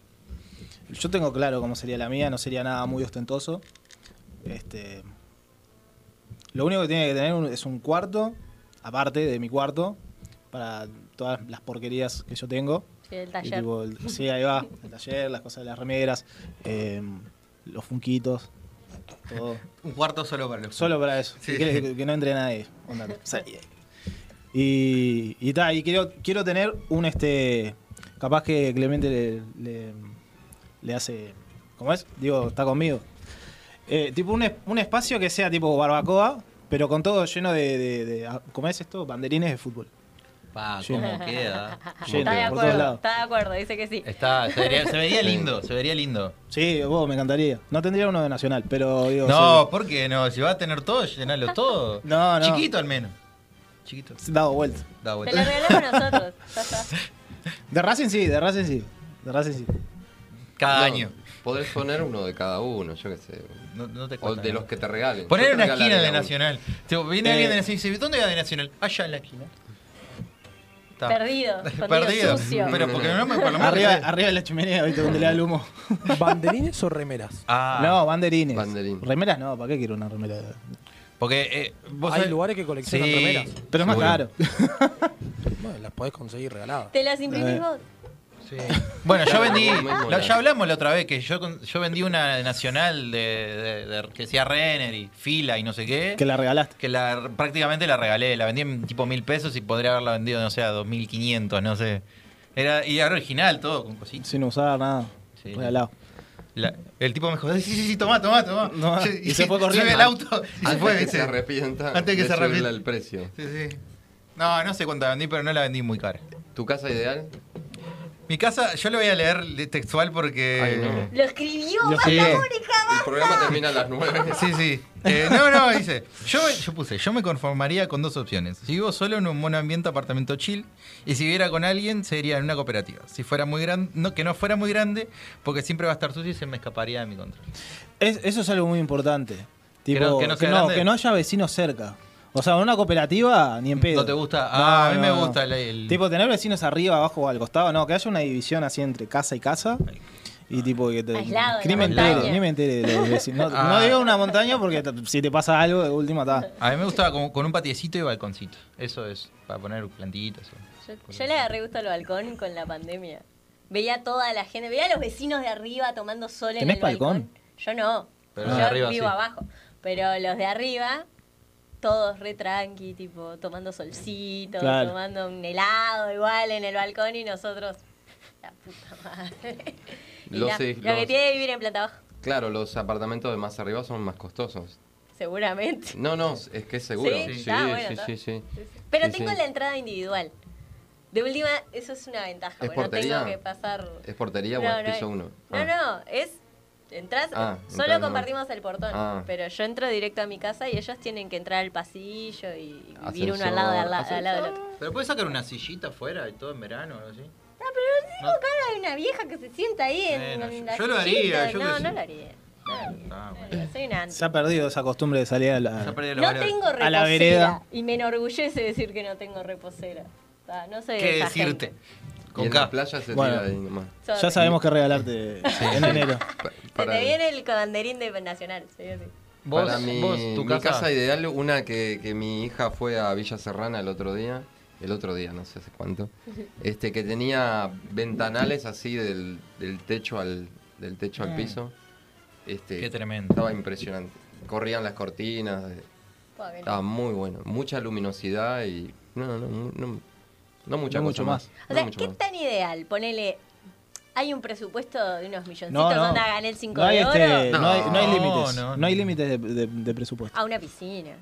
S7: Yo tengo claro cómo sería la mía, no sería nada muy ostentoso. Este, lo único que tiene que tener un- es un cuarto, aparte de mi cuarto, para todas las porquerías que yo tengo.
S3: Sí, el
S7: Y
S3: taller.
S7: tipo, el- sí, ahí va, el taller, las cosas de las remeras, eh, los funquitos, Todo.
S2: Un cuarto solo para los
S7: Solo para eso.
S2: Sí.
S7: Que, quiere- que- que no entre nadie. Onda, o sea, y y ta, y quiero, quiero tener un este. Capaz que Clemente le, le, le hace. ¿Cómo es? Digo, está conmigo. Eh, tipo un, es- un espacio que sea tipo barbacoa, pero con todo lleno de. de- de- ah, ¿Cómo es esto? Banderines de fútbol.
S2: Pa,
S7: Sí.
S2: cómo queda.
S7: Sí,
S3: Está de
S7: por todos
S3: acuerdo,
S7: lados.
S3: está de acuerdo, dice que sí.
S2: Está, se vería, se vería lindo, se vería lindo.
S7: Sí, vos, me encantaría. No tendría uno de Nacional, pero digo.
S2: No, ¿por qué no? Si vas a tener todo, llenalo todo.
S7: No, no.
S2: Chiquito al menos. Chiquito.
S7: sí, dado vuelta.
S2: Da
S3: Te lo
S2: vuelta.
S3: regalamos nosotros. Ya está.
S7: De Racing sí, de Racing sí. De Racing sí.
S2: Cada
S4: No,
S2: año.
S4: Podés poner uno de cada uno, yo qué sé.
S2: No, no te
S4: O
S2: cuesta
S4: de
S2: nada.
S4: los que te regalen. Yo
S2: Poner
S4: te
S2: una esquina
S4: regalaría
S2: de
S4: uno.
S2: Nacional. Tipo, viene
S7: Eh.
S2: alguien de Nacional y dice, ¿dónde va de Nacional? Allá en la esquina. Está.
S3: Perdido, escondido,
S2: Perdido.
S3: sucio.
S2: Pero porque no me por lo menos-
S7: Arriba, ah. arriba de la chimenea, ¿viste? Donde le da el humo.
S6: ¿Banderines o remeras?
S2: Ah,
S7: No, banderines.
S4: Banderín.
S7: Remeras no, ¿para qué quiero una remera?
S2: Porque eh, vos
S6: Hay
S2: sabés-
S6: lugares que coleccionan
S2: Sí.
S6: remeras.
S7: Pero es más
S2: Seguro.
S7: caro.
S2: *laughs*
S6: Bueno, las podés conseguir regaladas.
S3: ¿Te las imprimís
S7: Eh.
S3: vos?
S2: Sí. Bueno, yo
S4: Claro,
S2: vendí,
S4: vos mismo
S2: la-
S4: la-
S2: ya hablamos la otra vez, que yo, con- yo vendí una nacional de, de- de- que decía Renner y Fila y no sé qué,
S7: Que la regalaste.
S2: que la prácticamente la regalé, la vendí en tipo mil pesos y podría haberla vendido, no sé, a 2.500, no sé. Era, y era original todo, con cositas.
S7: Sin usar nada.
S2: Sí.
S7: Regalado.
S2: La- el tipo me dijo, sí, sí, sí, tomá, tomá, tomá.
S7: No,
S2: Yo-
S7: y se fue corriendo. Ah,
S2: Sube el auto y se
S4: Antes
S2: fue,
S4: que
S2: ¿viste?
S4: se arrepienta.
S2: Antes que
S4: de
S2: se
S4: subirle
S2: arrepienta.
S4: el precio.
S2: Sí, sí. No, no sé cuánta vendí, pero no la vendí muy cara.
S4: ¿Tu casa ideal?
S2: Mi casa, yo lo voy a leer de- textual porque...
S4: Ay, no.
S3: Lo escribió,
S7: Lo
S3: basta,
S7: escribí.
S3: Mónica,
S4: El programa termina a las 9.
S2: *laughs* Sí, sí. Eh, no, no, dice. Yo, yo puse, yo me conformaría con dos opciones. Si vivo solo en un buen ambiente apartamento chill, y si viviera con alguien, sería en una cooperativa. Si fuera muy grande, no, que no fuera muy grande, porque siempre va a estar sucio y se me escaparía de mi control.
S7: Es- eso es algo muy importante. Tipo,
S2: no- que no sea grande.
S7: que no haya vecinos cerca. O sea, en una cooperativa ni en pedo.
S2: ¿No te gusta? Ah, a mí me gusta el- el-
S7: Tipo, tener vecinos arriba, abajo o al costado. No, que haya una división así entre casa y casa. Y tipo que te.
S3: Aislado,
S7: ni
S3: en
S7: me
S3: la montaña.
S7: entere, ni me entere
S3: *laughs*
S7: de los vecinos. No,
S2: Ah.
S7: no digo una montaña porque t- si te pasa algo, de última está.
S2: A mí me gustaba con, con un patiecito y balconcito. Eso es, para poner plantillitas. o-
S3: Yo, yo le agarré gusto al balcón con la pandemia. Veía a toda la gente, veía a los vecinos de arriba tomando sol en
S7: ¿Tenés
S3: el balcón.
S7: balcón?
S3: Yo no,
S2: Pero
S3: yo
S2: los de arriba
S3: vivo
S2: sí.
S3: abajo. Pero los de arriba, todos re tranqui, tipo, tomando solcito,
S7: Claro.
S3: tomando un helado igual en el balcón y nosotros, la puta madre. Y
S4: Los
S3: nada,
S4: seis-
S3: lo que
S4: los-
S3: tiene que vivir en planta baja,
S4: Claro, los apartamentos de más arriba son más costosos.
S3: seguramente.
S4: No, no, es que es seguro.
S3: Sí,
S4: Sí, sí,
S3: está, bueno,
S4: sí,
S3: está.
S4: sí, sí.
S3: Pero
S4: Sí,
S3: tengo
S4: sí.
S3: la entrada individual. De última, eso es una ventaja,
S4: ¿Es
S3: porque no tengo
S4: portería?
S3: que pasar...
S4: ¿Es portería o es piso Ah.
S3: es-
S4: 1?
S3: No, no, es. Entras,
S4: Ah,
S3: solo
S4: entras, no.
S3: compartimos el portón,
S4: Ah.
S3: pero yo entro directo a mi casa y ellos tienen que entrar al pasillo y vivir uno al
S4: Ascensor,
S3: lado, de al, la- al lado del
S4: ascensor.
S3: otro.
S2: Pero puedes sacar una sillita afuera y todo en verano o algo así.
S3: No, pero no tengo cara de una vieja que se sienta ahí en,
S2: Bueno,
S3: en
S2: yo-
S3: la
S2: yo lo haría,
S3: sillita.
S2: yo
S3: no,
S2: qué
S3: no
S2: sé.
S3: lo haría.
S2: Ah,
S3: No
S2: bueno.
S3: lo haría, Soy una
S7: Se ha perdido esa costumbre de salir a la.
S2: Ya perdí los
S3: No
S2: valores.
S3: tengo reposera.
S7: A la vereda.
S3: Y me enorgullece decir que no tengo reposera. Ah, No soy de
S2: ¿Qué
S3: esa
S2: decirte?
S3: gente.
S4: Y
S2: Con
S4: en la
S2: K.
S4: playa se
S7: Bueno.
S4: tira ahí nomás.
S3: Sorry.
S7: Ya sabemos que regalarte en
S3: *laughs*
S7: enero.
S4: Pa-
S3: Se
S4: para-
S3: te viene el banderín de Nacional. soy así.
S2: Vos,
S4: Para mi,
S2: vos, tu
S4: mi
S2: casa.
S4: casa? ideal, una que, que mi hija fue a Villa Serrana el otro día, el otro día, no sé hace
S3: *laughs*
S4: cuánto, este, que tenía ventanales así del, del techo al, del techo
S3: Mm.
S4: al piso. Este,
S2: Qué tremendo.
S4: Estaba impresionante. Corrían las cortinas, eh,
S3: Pobre.
S4: estaba muy bueno, mucha luminosidad y no, no, no, no, no mucha
S7: No
S4: cosa
S7: mucho
S4: más.
S3: O
S4: no
S3: sea,
S4: mucho
S3: ¿qué
S4: más.
S3: tan ideal? Ponele. Hay un presupuesto de unos milloncitos,
S7: No, no.
S3: onda gané el 5
S7: No hay,
S3: de oro.
S7: este, no, hay, no hay
S2: No,
S7: límites.
S2: no,
S7: No,
S2: no.
S7: hay límites de, de- de presupuesto.
S3: A una piscina.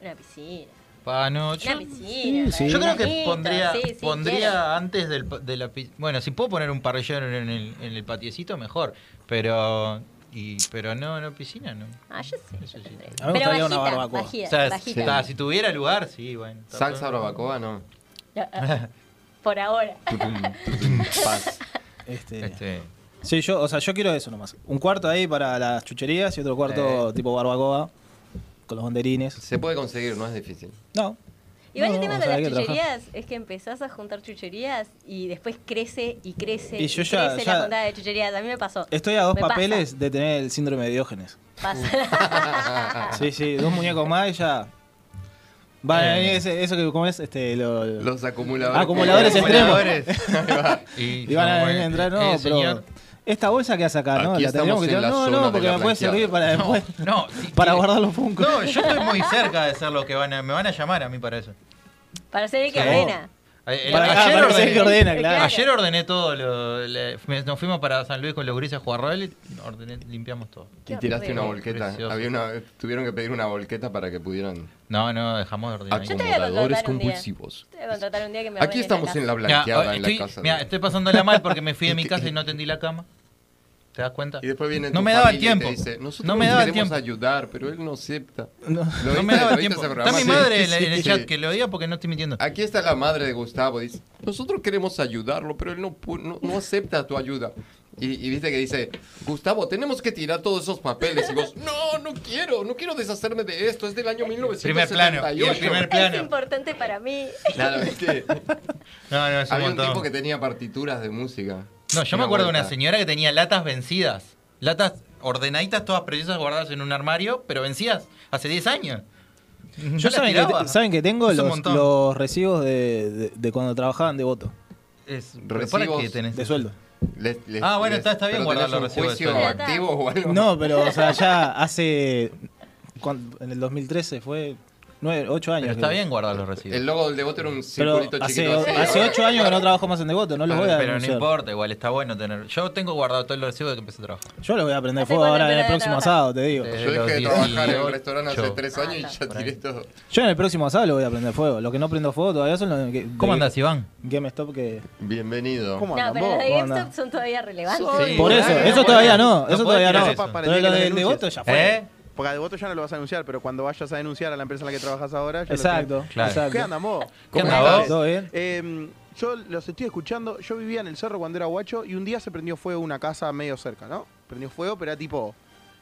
S3: Una piscina.
S2: Pa, no, yo-
S3: Una piscina.
S7: sí.
S2: Yo creo que
S3: bañito,
S2: pondría,
S3: sí, sí,
S2: pondría
S3: quiero.
S2: antes del, pa- de la pi- Bueno, si puedo poner un parrillero en el, en el patiecito, mejor. Pero y pero no, no piscina, no.
S3: Ah, yo sé. yo
S2: Eso sí.
S3: tendré.
S7: A mí me
S3: Pero
S7: gustaría
S3: bajita,
S7: una barbacoa.
S3: bajita,
S2: O sea,
S3: bajita.
S2: está, si tuviera lugar, sí, bueno. está
S4: Salsa
S2: todo.
S4: barbacoa, no.
S3: Ya, ah, *laughs* Por ahora.
S4: Paz.
S7: Este,
S2: Este,
S7: Sí, yo, o sea, yo quiero eso nomás. Un cuarto ahí para las chucherías y otro cuarto
S4: Eh.
S7: tipo barbacoa con los banderines.
S4: Se puede conseguir, no es difícil.
S7: No.
S3: Igual
S7: No,
S3: el tema
S7: o
S3: con
S7: sea,
S3: las
S7: hay que trabajar.
S3: chucherías es que empezás a juntar chucherías y después crece y crece y,
S7: Y yo ya-
S3: crece la
S7: ya-
S3: juntada de chucherías. A mí me pasó.
S7: Estoy a dos
S3: Me pasa,
S7: papeles de tener el síndrome de Diógenes.
S2: Ah.
S3: pasa.
S7: Sí, sí, dos muñecos más y ya. Vale, ese- eso que como es, este, lo- lo-
S4: Los acumuladores.
S7: Acumuladores *laughs*
S2: acumuladores.
S7: extremos.
S2: y
S7: Y van a
S2: somos-
S7: venir a entrar, no,
S2: eh,
S7: pero
S2: señor,
S7: Esta bolsa que vas a sacar, ¿no?
S4: Aquí
S7: La
S4: estamos
S7: tendríamos que
S4: en la
S7: tirar. No,
S4: zona de
S7: no, porque
S4: la
S7: me puede
S4: blanqueada.
S7: servir
S2: *laughs*
S7: para
S2: No,
S7: después.
S2: no, si
S7: *laughs* para
S2: quiere-
S7: guardar los Funko.
S2: No, yo estoy muy cerca de ser lo que van a. Me van a llamar a mí para eso.
S3: *laughs* Para ser el que
S2: Sí.
S3: ordena.
S2: A- el-
S7: Para- ah,
S2: ayer,
S7: para que se
S2: ordené,
S7: que ordena, claro.
S2: ayer ordené todo. lo- le- me- nos fuimos para San Luis con los grises a jugar rol y ordené- limpiamos todo.
S4: Y tiraste una
S3: horrible.
S4: volqueta.
S2: Precioso.
S4: Había una, tuvieron que pedir una volqueta para que pudieran.
S2: No, no, dejamos de
S4: Ah,
S2: ordenar.
S3: Yo te voy a
S4: Acomodadores
S3: contratar un día.
S4: compulsivos.
S3: Te voy a contratar un día que me
S4: Aquí
S3: ordenen
S4: estamos
S3: casa.
S4: en la
S2: Mirá,
S4: blanqueada, en
S2: estoy,
S4: la casa.
S2: mirá, estoy pasándola mal porque me
S4: *laughs*
S2: fui de mi casa y no tendí la cama. ¿Te das cuenta?
S4: Y después viene
S2: no
S4: tu
S2: me daba el
S4: familia y te
S2: tiempo.
S4: dice, Nosotros
S2: no me daba el
S4: queremos
S2: tiempo.
S4: ayudar, pero él no acepta.
S7: No.
S4: ¿Lo
S2: No
S4: viste?
S2: me daba el
S4: ¿Lo viste
S2: tiempo.
S4: ese
S2: Está
S4: programa?
S2: mi
S4: Sí,
S2: madre
S4: sí,
S2: en el- en el
S4: sí.
S2: chat que lo diga porque no estoy mintiendo.
S4: Aquí está la madre de Gustavo. Dice, nosotros queremos ayudarlo, pero él no, pu- no, no acepta tu ayuda. Y, y viste que dice, Gustavo, tenemos que tirar todos esos papeles. Y vos, no, no quiero, no quiero deshacerme de esto. Es del año
S2: Primer
S4: 1978.
S2: plano. Y el primer
S3: Es
S2: plano.
S3: importante para mí.
S4: Claro, es
S2: *laughs*
S4: que
S2: No, no, es un
S4: había un
S2: montón.
S4: tipo que tenía partituras de música.
S2: No, yo me acuerdo de una
S4: vuelta.
S2: señora que tenía latas vencidas. Latas ordenaditas, todas preciosas, guardadas en un armario, pero vencidas hace 10 años. No
S7: Yo
S2: las
S7: saben que,
S2: tiraba.
S7: te- saben que tengo
S2: Es un
S7: los,
S2: montón.
S7: los recibos de, de- de cuando trabajaban de voto,
S2: Es-
S4: Recibos
S2: ¿Para qué tenés?
S7: de sueldo.
S4: Les- les-
S2: Ah, bueno,
S4: les-
S2: está- está bien
S4: pero
S2: guardar
S4: tenés
S2: los
S4: un
S2: recibos de
S4: juicio
S3: sueldo.
S4: activo o algo.
S7: No, pero o sea, ya hace. cuan- En el 2013 fue. 9, 8 años.
S2: Pero está
S7: creo.
S2: bien guardar los recibos.
S4: El logo del devoto era un
S7: Pero
S4: circulito
S7: hace,
S4: chiquito. así.
S7: hace 8 años que no trabajo más en Devoto, no lo
S2: Ah,
S7: voy a
S2: pero no
S7: denunciar.
S2: importa, igual está bueno tener. Yo tengo guardado todos los recibos de que empecé a trabajar.
S7: Yo lo voy a prender
S3: ¿Hace
S7: fuego
S3: cuánto
S7: ahora en el
S3: empezaste a
S7: próximo
S3: trabajar?
S7: asado, te digo.
S2: Sí.
S4: Yo
S2: los
S4: dejé de trabajar en
S2: 18.
S4: un restaurante hace tres
S3: Ah,
S4: años y
S3: está,
S4: ya tiré todo.
S7: Yo en el próximo asado lo voy a prender fuego. Lo que no prendo fuego todavía son los que-
S2: ¿Cómo
S7: de
S2: andás, Iván?
S7: GameStop que.
S4: Bienvenido.
S9: ¿Cómo
S3: No,
S9: andan
S3: pero
S9: vos?
S3: las de
S7: vos andá.
S3: GameStop son todavía relevantes.
S2: Sí.
S7: Por eso,
S2: Ah,
S7: eso
S2: no
S7: todavía
S2: podés-
S7: no,
S2: no
S7: eso
S2: podés
S7: todavía
S2: tirar
S7: no.
S2: eso.
S9: Para
S7: Pero
S9: que
S7: lo
S9: la
S7: del
S9: denuncies.
S7: Devoto ya fue.
S2: ¿Eh?
S9: Porque a Devoto ya no lo vas a anunciar, pero cuando vayas a denunciar a la empresa en la que trabajas ahora. ya lo
S7: Exacto,
S9: tenés.
S2: Claro.
S7: exacto.
S9: ¿Qué andan vos?
S2: ¿Qué
S9: ¿Cómo
S2: onda
S9: estás?
S2: vos?
S7: ¿Todo bien?
S9: Eh, yo los estoy escuchando. Yo vivía en el cerro cuando era guacho y un día se prendió fuego una casa medio cerca, ¿no? Prendió fuego, pero era tipo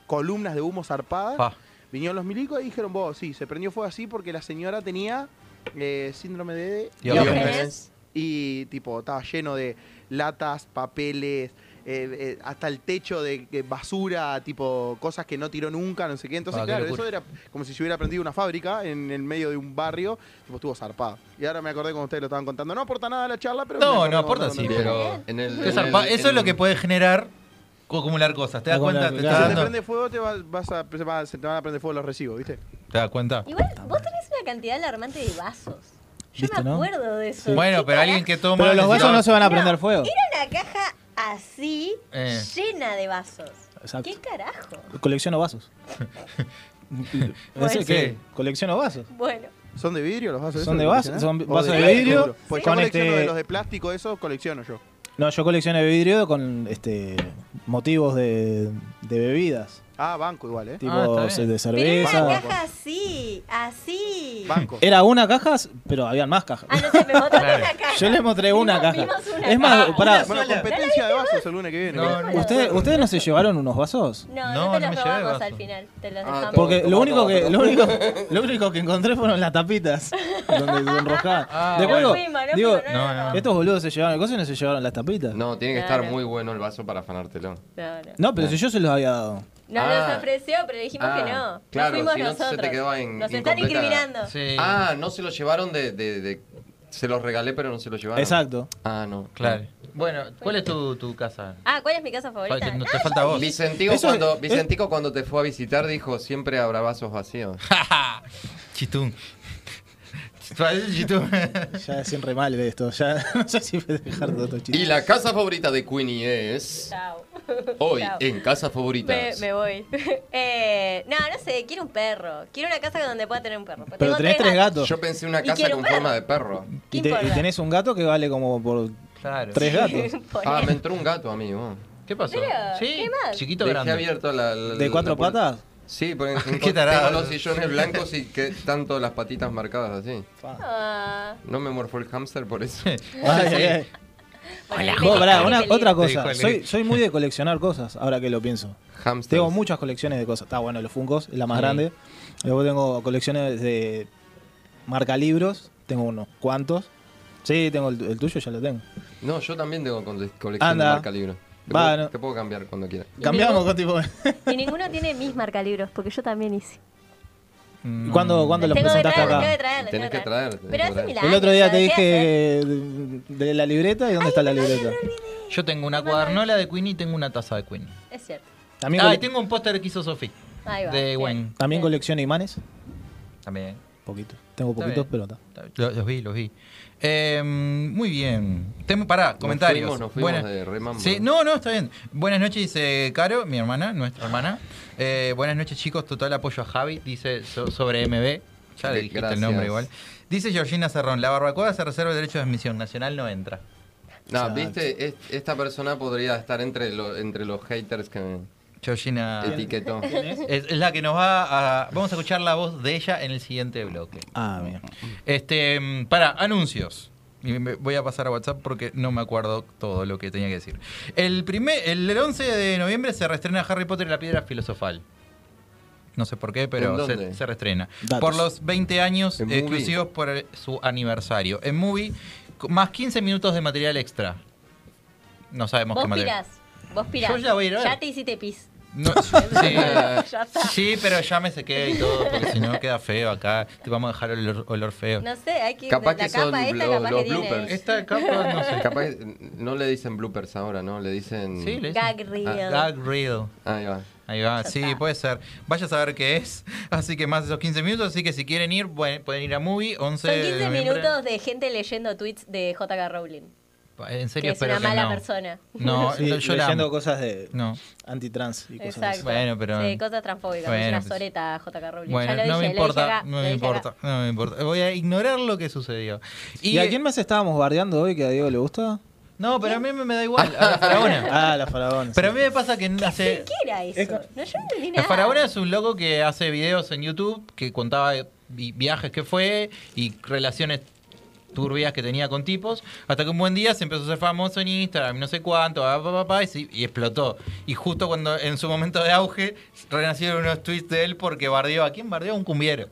S9: columnas de humo zarpadas.
S2: Pa.
S9: Vinieron los milicos y dijeron, vos, sí, se prendió fuego así porque la señora tenía eh, síndrome de...
S2: Diógenes.
S9: Y tipo, estaba lleno de latas, papeles, eh, eh, hasta el techo de eh, basura, tipo, cosas que no tiró nunca, no sé qué. Entonces,
S2: Ah, qué
S9: claro,
S2: locura.
S9: eso era como si se hubiera prendido una fábrica en el medio de un barrio, tipo, estuvo zarpado. Y ahora me acordé cuando ustedes lo estaban contando. No aporta nada a la charla, pero...
S2: No,
S9: me acordé
S2: no aporta,
S9: cuando-
S2: sí,
S9: cuando-
S4: Pero en el,
S2: Qué
S4: en el-
S2: zarpa- Eso es
S4: en-
S2: lo que puede generar co- acumular cosas. ¿Te das
S7: Acumular,
S2: cuenta? ¿Te,
S7: claro.
S2: estás
S9: Si te
S2: dando?
S9: prende fuego, te, vas, vas a, se, va- se te van a prender fuego los recibos, ¿viste?
S2: ¿Te das cuenta?
S3: Igual vos tenés una cantidad alarmante de vasos. Yo
S7: ¿Viste,
S3: me
S7: no?
S3: acuerdo de eso. ¿Qué
S2: Bueno, pero
S3: carajo?
S2: alguien que toma.
S7: Pero los vasos no se van a prender
S3: No,
S7: fuego.
S3: Era una caja así,
S2: Eh.
S3: llena de vasos.
S7: Exacto.
S3: ¿Qué carajo?
S7: Colecciono vasos. ¿En serio qué?
S2: sí.
S7: Colecciono vasos.
S3: Bueno,
S9: ¿Son de vidrio los vasos?
S7: Son
S9: esos
S7: de
S9: que
S7: vas-
S9: coleccionás?
S7: son
S9: ¿O
S7: vasos de vidrio
S9: seguro. Pues yo
S7: con
S9: colecciono
S7: este-
S9: de los de plástico, esos colecciono yo.
S7: No, yo colecciono de vidrio con este motivos de, de bebidas.
S9: Ah, banco igual, ¿eh?
S7: Tipo
S2: está
S7: se-
S2: bien.
S7: de
S3: pero era una
S7: cerveza.
S3: caja así, así.
S9: Banco.
S7: Era una caja, pero habían más cajas.
S3: Ah, no sé, me mostraste
S2: Claro.
S3: una caja.
S7: Yo les mostré una
S3: Vimos-
S7: caja.
S3: vimos una
S7: Es más,
S2: caja.
S7: pará.
S2: Una sola.
S9: Bueno, competencia de vasos el lunes que viene.
S2: No, no.
S7: ¿Ustedes, ¿Ustedes no se llevaron unos vasos?
S3: No,
S2: No,
S3: no, te
S2: no
S3: los
S2: me llevé
S3: robamos
S2: vaso.
S3: al final. Te los
S4: Ah,
S3: dejamos.
S4: todo.
S7: Porque
S4: Toma,
S7: lo único,
S4: toma,
S7: que,
S4: toma.
S7: lo, único, lo único que encontré fueron las tapitas donde se enroscaban.
S2: Ah,
S7: Después
S2: bueno.
S7: digo,
S3: No fuimos, no
S7: digo,
S3: fuimos, no, no,
S2: no,
S3: no.
S2: no.
S7: estos boludos se llevaron el coso y no se llevaron las tapitas. No,
S4: No, tiene que
S3: Claro.
S4: estar muy bueno el vaso para afanártelo.
S3: No, no.
S7: pero si yo se los había dado.
S3: Nos
S4: Ah.
S3: los ofreció, pero dijimos
S4: Ah,
S3: que no. Nos
S4: claro,
S3: fuimos
S4: si no, se te
S3: nosotros.
S4: quedó en-
S3: Nos están
S4: incompleta.
S3: incriminando.
S2: Sí.
S4: Ah, no se lo llevaron de, de- de- Se los regalé, pero no se lo llevaron.
S7: Exacto.
S4: Ah, no.
S2: Claro. Bueno, ¿cuál es tu, tu casa?
S3: Ah, ¿cuál es mi casa favorita?
S2: Te- no,
S3: Ah,
S2: te falta vos.
S4: Vicentico,
S7: Eso-
S4: cuando,
S7: eh.
S4: Vicentico cuando te fue a visitar dijo, siempre habrá vasos vacíos.
S2: *laughs* Chitún. *laughs* Chitún.
S7: Ya es siempre mal esto. Ya *laughs* no sé si voy a dejar todo esto
S4: Y
S7: chiste.
S4: la casa favorita de Queenie es...
S3: Chao.
S4: *laughs* Hoy,
S3: Chao.
S4: en Casa
S3: Me,
S4: Favoritas.
S3: me voy. *laughs* eh, no, no sé, quiero un perro. Quiero una casa donde pueda tener un perro. Porque
S7: Pero
S3: tengo
S7: tenés tres gatos.
S4: Yo pensé una
S3: Y
S4: casa
S3: quiero
S4: con
S3: un perro.
S4: forma de perro.
S3: ¿Qué
S7: Y, te-
S3: importa?
S7: y tenés un gato que vale como por
S2: Claro.
S7: tres gatos.
S3: *laughs* Poné.
S4: Ah, me entró un gato, amigo.
S2: ¿Qué pasó?
S3: Pero,
S2: Sí,
S3: ¿qué más?
S2: chiquito
S4: Dejé
S2: grande. *laughs*
S4: abierta la, la-
S7: ¿De
S4: la
S7: cuatro
S4: puerta. *laughs*
S7: patas?
S4: Sí,
S7: *laughs*
S4: porque en-
S2: Qué tarado.
S4: tengo los sillones blancos y que están todas las patitas marcadas así.
S3: Ah,
S4: No me morfó el hámster por eso.
S7: Ay, ay, ay.
S3: bueno,
S7: Vos, pará,
S3: feliz,
S7: una-
S3: feliz.
S7: otra
S2: Te dijo
S7: cosa.
S2: el
S7: Soy,
S2: grito.
S7: soy muy de coleccionar cosas, ahora que lo pienso.
S4: Hámster.
S7: *laughs* Tengo muchas colecciones de cosas. Está bueno, los Funkos es la más
S2: Sí.
S7: grande. Luego tengo colecciones de marca libros. Tengo unos cuantos. Sí, tengo el, tu- el tuyo, ya lo tengo.
S4: No, yo también tengo cole- colección
S7: Anda.
S4: de marca libro. Te,
S7: Va,
S4: puedo,
S7: no.
S4: te puedo cambiar cuando quieras.
S7: Cambiamos *laughs* con tipo.
S3: Y ninguno tiene mis marcalibros, porque yo también hice.
S2: Mm.
S7: ¿Cuándo, cuándo los
S3: tengo que
S7: presentaste
S3: traer, tengo Ah, que
S7: acá?
S3: traer.
S4: Tenés que traer, tenés
S3: Pero
S4: que
S3: hace
S4: traer.
S3: mil años.
S7: El otro día te
S3: lo dejé
S7: dije
S3: hacer.
S7: de, de la libreta y dónde está la libreta.
S2: Yo tengo una cuadernola de Queen y tengo una taza de Queen.
S3: Es cierto.
S7: También,
S2: Ah,
S7: cole-
S2: y tengo un póster que hizo Sophie
S3: Ahí va.
S2: de
S3: bien.
S2: Wayne.
S7: también colecciona imanes.
S2: También.
S7: Poquito. Tengo
S2: Está
S7: poquitos,
S2: bien.
S7: pero está.
S2: Lo- Los, vi, los vi. Eh, muy bien. Tem- pará, comentarios.
S4: fuimos, nos fuimos
S2: Buenas-
S4: de remambo.
S2: Sí, no, no, está bien. Buenas noches, dice Caro, mi hermana, nuestra hermana. Eh, buenas noches, chicos. Total apoyo a Javi, dice so- sobre MB. Ya le dijiste el
S4: Gracias.
S2: nombre igual. Dice Georgina Serrón, la barbacoa se reserva el derecho de admisión, nacional no entra.
S4: No,
S7: Exacto.
S4: viste, Es- esta persona podría estar entre, lo- entre los haters que me
S2: Georgina *laughs*
S4: etiquetó.
S2: es, es la que nos va a... Vamos a escuchar la voz de ella en el siguiente bloque.
S7: Ah, bien.
S2: Este, mm, para, anuncios. Y me- Voy a pasar a WhatsApp porque no me acuerdo todo lo que tenía que decir. El, primer, el 11 de noviembre se reestrena Harry Potter y la piedra filosofal. No sé por qué,
S4: ¿En
S2: pero se,
S4: dónde?
S2: se reestrena.
S7: Datos.
S2: Por los 20 años
S4: En
S2: exclusivos por el- su aniversario. En movie, co- más 15 minutos de material extra. No sabemos
S3: Vos
S2: qué material.
S3: pirás. Vos pirás.
S2: Yo ya voy a ir a ver.
S3: te hiciste pis.
S2: No,
S3: *laughs*
S2: sí.
S3: Ya está.
S2: Sí, pero ya me sequé y todo, porque si no queda feo acá. Te vamos a dejar el olor, olor feo.
S3: No sé, hay que.
S4: Capaz
S3: de la
S4: que son
S3: capa esta,
S4: los-
S3: capaz
S4: los
S3: que tiene.
S4: bloopers.
S2: Esta capa, no sé.
S3: *laughs*
S4: Capaz, no le dicen bloopers ahora, ¿no? Le dicen...
S2: Sí, le dicen.
S3: Gag reel.
S4: Ah,
S2: Gag reel.
S4: Ahí va.
S2: Ah, Ahí va, sí,
S3: está.
S2: puede ser. Vaya a saber qué es. Así que más de esos 15 minutos. Así que si quieren ir, buen- pueden ir a Movie. 11
S3: Son
S2: de
S3: 15
S2: noviembre.
S3: minutos de gente leyendo tweets de J.K. Rowling.
S2: En
S3: Que
S2: serio,
S3: es
S2: espero
S3: una
S2: que
S3: mala
S2: no.
S3: persona. *laughs*
S2: No,
S7: *laughs* Sí,
S2: no, yo la.
S7: leyendo
S2: amo.
S7: cosas de
S2: No.
S7: antitrans y cosas
S3: Exacto.
S7: así.
S2: Bueno, pero-
S3: Sí, cosas transfóbicas.
S2: Bueno,
S3: es una
S2: pues-
S3: soreta J.K. Rowling.
S2: Bueno,
S3: ya lo
S2: no me
S3: dije, lo dije
S2: importa,
S3: acá,
S2: no me
S3: lo dije acá.
S2: importa, no me importa. Voy a ignorar lo que sucedió.
S7: ¿Y, a quién más estábamos bardeando hoy que a Diego le gusta?
S2: No, pero a mí me me da igual.
S7: *laughs*
S2: A la faraona.
S7: Ah, la faraona.
S2: Pero a
S7: sí.
S2: mí me pasa que hace.
S3: *laughs* ¿Qué era eso? No, yo no entendí
S2: La
S3: nada.
S2: faraona es un loco que hace videos en YouTube que contaba vi- viajes que fue y relaciones turbias que tenía con tipos, hasta que un buen día se empezó a ser famoso en Instagram, no sé cuánto, pa, pa, pa, pa, y, se- y explotó. Y justo cuando en su momento de auge renacieron unos tweets de él porque bardeó, ¿a quién bardeó? A Un cumbiero.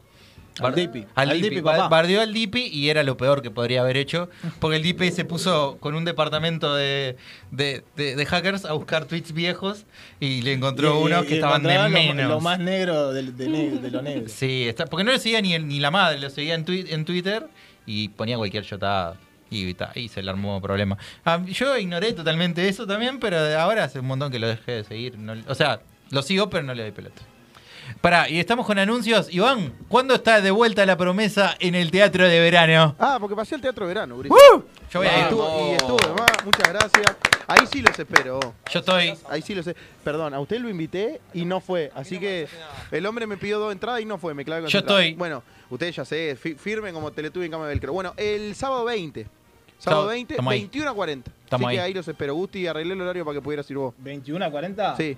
S7: Al
S2: Bar-
S7: Dipi.
S2: Al,
S7: Al
S2: Dipi,
S7: Dipi,
S2: ba-
S7: papá.
S2: Bardeó al Dipi y era lo peor que podría haber hecho, porque el Dipi se puso con un departamento de, de- de- de hackers a buscar tweets viejos y le encontró
S7: Y- y-
S2: unos que
S7: y
S2: estaban de
S7: encontraba lo,
S2: menos.
S7: lo más negro del- de, negro- de lo
S2: *laughs*
S7: negro.
S2: Sí, está, porque no le seguía ni, el- ni la madre, lo seguía en, twi- en Twitter y ponía cualquier chotada. Y, ta- y se le armó problema. Ah, yo ignoré totalmente eso también, pero ahora hace un montón que lo dejé de seguir. no- o sea, lo sigo, pero no le doy pelota. Pará, y estamos con anuncios. Iván, ¿cuándo está de vuelta la promesa en el teatro de verano?
S9: Ah, porque pasé al Teatro Verano, Gris.
S2: Yo voy a
S9: Y
S2: ir.
S9: estuvo, y estuvo, de más, muchas gracias. Ahí sí los espero. oh.
S2: Yo estoy.
S9: Ahí sí lo sé. Perdón, a usted lo invité y no fue. Así que el hombre me pidió dos entradas y no fue. Me clavé con
S2: Yo
S9: su entrada.
S2: estoy.
S9: Bueno, ustedes ya sé, fi- firmen como Teletubi en Cama de Velcro. Bueno, el sábado 20. Sábado
S2: Sábado,
S9: 20,
S2: estamos ahí.
S9: 21 a 40.
S2: Estamos
S9: Así que
S2: ahí.
S9: ahí los espero. Gusti, arreglé el horario para que pudieras ir vos.
S7: ¿21 a 40?
S9: Sí.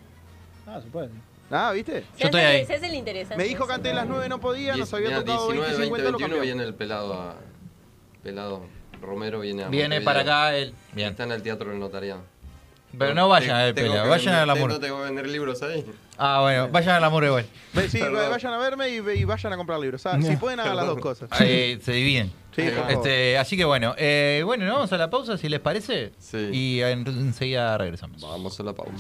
S7: Ah, supuesto.
S9: Ah, ¿viste?
S3: Se
S2: Yo estoy
S3: hace-
S2: ahí.
S3: Se hace el interesante.
S9: Me dijo que antes de las 9 no podía, nos había
S4: Mira,
S9: tocado 20
S4: 19,
S9: 50,
S4: 20,
S9: lo
S4: 21
S9: cambió.
S4: viene el pelado a- Pelado Romero viene a
S2: Viene
S4: Montevideo.
S2: para acá el. Bien.
S4: Está en el teatro del notariado.
S2: Pero no vayan
S4: Te-
S2: al
S4: tengo
S2: pelea,
S4: que
S2: vayan al
S4: vender-
S2: amor.
S4: No tengo que vender libros ahí.
S2: Ah, bueno, vayan al amor igual.
S9: Ve- sí,
S4: Perdón.
S9: vayan a verme y, y vayan a comprar libros. Ah, Si pueden, hagan las dos cosas.
S2: Ahí se dividen.
S9: Sí, por favor.
S2: Este, así que bueno, eh, bueno, nos vamos a la pausa si les parece.
S4: Sí.
S2: Y en- enseguida regresamos.
S4: Vamos a la pausa.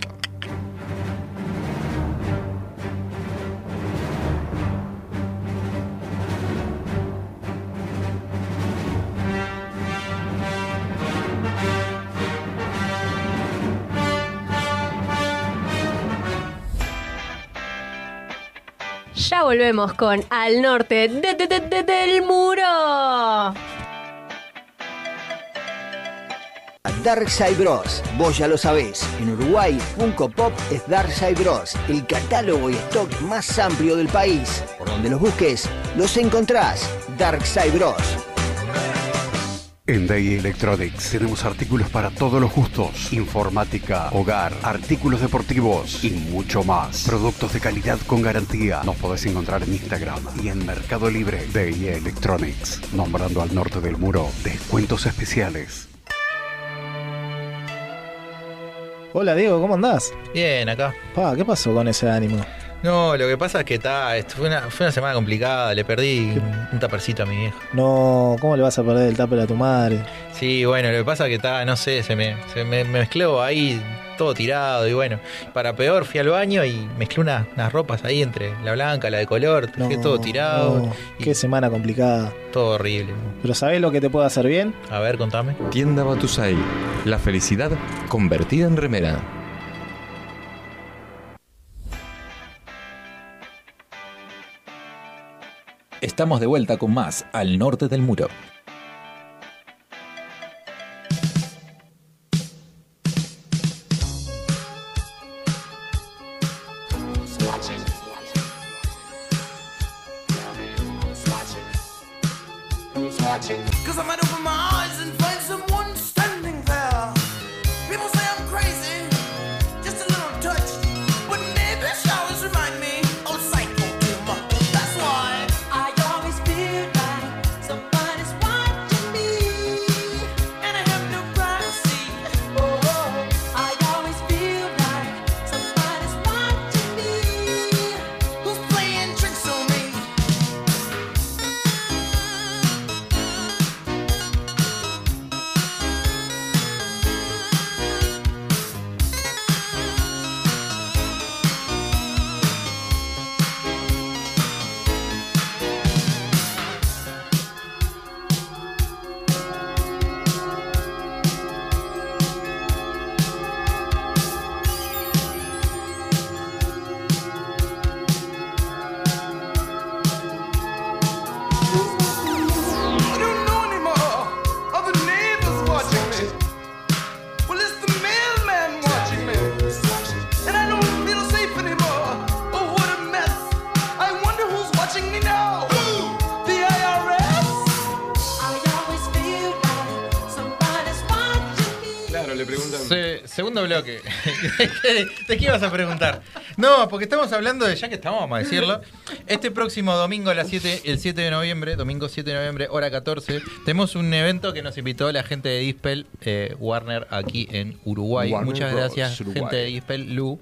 S3: Ya volvemos con Al Norte de- de- de- de- del Muro.
S1: Darkside Bros. Vos ya lo sabés. En Uruguay, Funko Pop es Darkside Bros. El catálogo y stock más amplio del país. Por donde los busques, los encontrás. Darkside Bros.
S10: En Day Electronics tenemos artículos para todos los gustos, informática, hogar, artículos deportivos y mucho más. Productos de calidad con garantía. Nos podés encontrar en Instagram y en Mercado Libre. Day Electronics, nombrando al norte del muro, descuentos especiales.
S7: Hola Diego, ¿cómo andás?
S2: Bien, acá.
S7: Pa, ¿qué pasó con ese ánimo?
S2: No, lo que pasa es que está, esto fue una, fue una semana complicada, le perdí un tapercito a mi vieja.
S7: No, ¿cómo le vas a perder el tupper a tu madre?
S2: Sí, bueno, lo que pasa es que está, no sé, se me, se me, me mezcló ahí todo tirado y bueno, para peor fui al baño y mezclé unas, unas ropas ahí entre la blanca, la de color, dejé todo tirado,
S7: No, qué semana complicada.
S2: todo horrible.
S7: Pero ¿sabés lo que te puede hacer bien?
S2: A ver, contame.
S11: Tienda Batusai. La felicidad convertida en remera.
S12: Estamos de vuelta con más al norte del muro.
S13: Cause I might open my eyes and find someone standing there. People say I'm crazy, just a little touched. But maybe showers remind me I'm psycho too much. That's why I always feel like somebody's watching me. And I have no privacy. Oh, I always feel like somebody's watching me. Who's playing tricks on me? I don't know anymore. Other neighbors watching me. Well, it's the mailman watching me. And I don't feel safe anymore. Oh, what a mess. I wonder who's watching me now. The IRS? I always feel like somebody's watching me.
S4: Claro, le preguntan.
S2: Se- segundo bloque. *laughs* ¿De qué- ¿De qué ibas a preguntar? No, porque estamos hablando de, ya que estamos, vamos a decirlo. Este próximo domingo, a las 7, el 7 de noviembre, domingo 7 de noviembre, hora 14, tenemos un evento que nos invitó la gente de Dispel, eh, Warner, aquí en Uruguay.
S4: Warner
S2: Muchas
S4: Bros.
S2: gracias,
S4: Uruguay.
S2: gente de Dispel, Lu.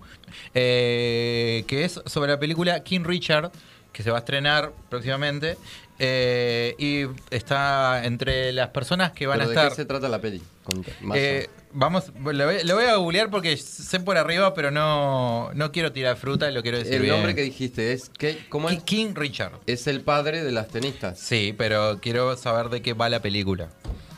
S2: eh, que es sobre la película King Richard, que se va a estrenar próximamente. eh, y está entre las personas que van
S4: Pero
S2: a
S4: ¿de
S2: estar.
S4: qué se trata la peli? Con- más
S2: Eh, vamos, lo voy, lo voy a googlear porque sé por arriba, pero no, no quiero tirar fruta, lo quiero decir.
S4: El
S2: bien.
S4: nombre que dijiste es que ¿cómo es?
S2: King Richard.
S4: Es el padre de las tenistas.
S2: Sí, pero quiero saber de qué va la película.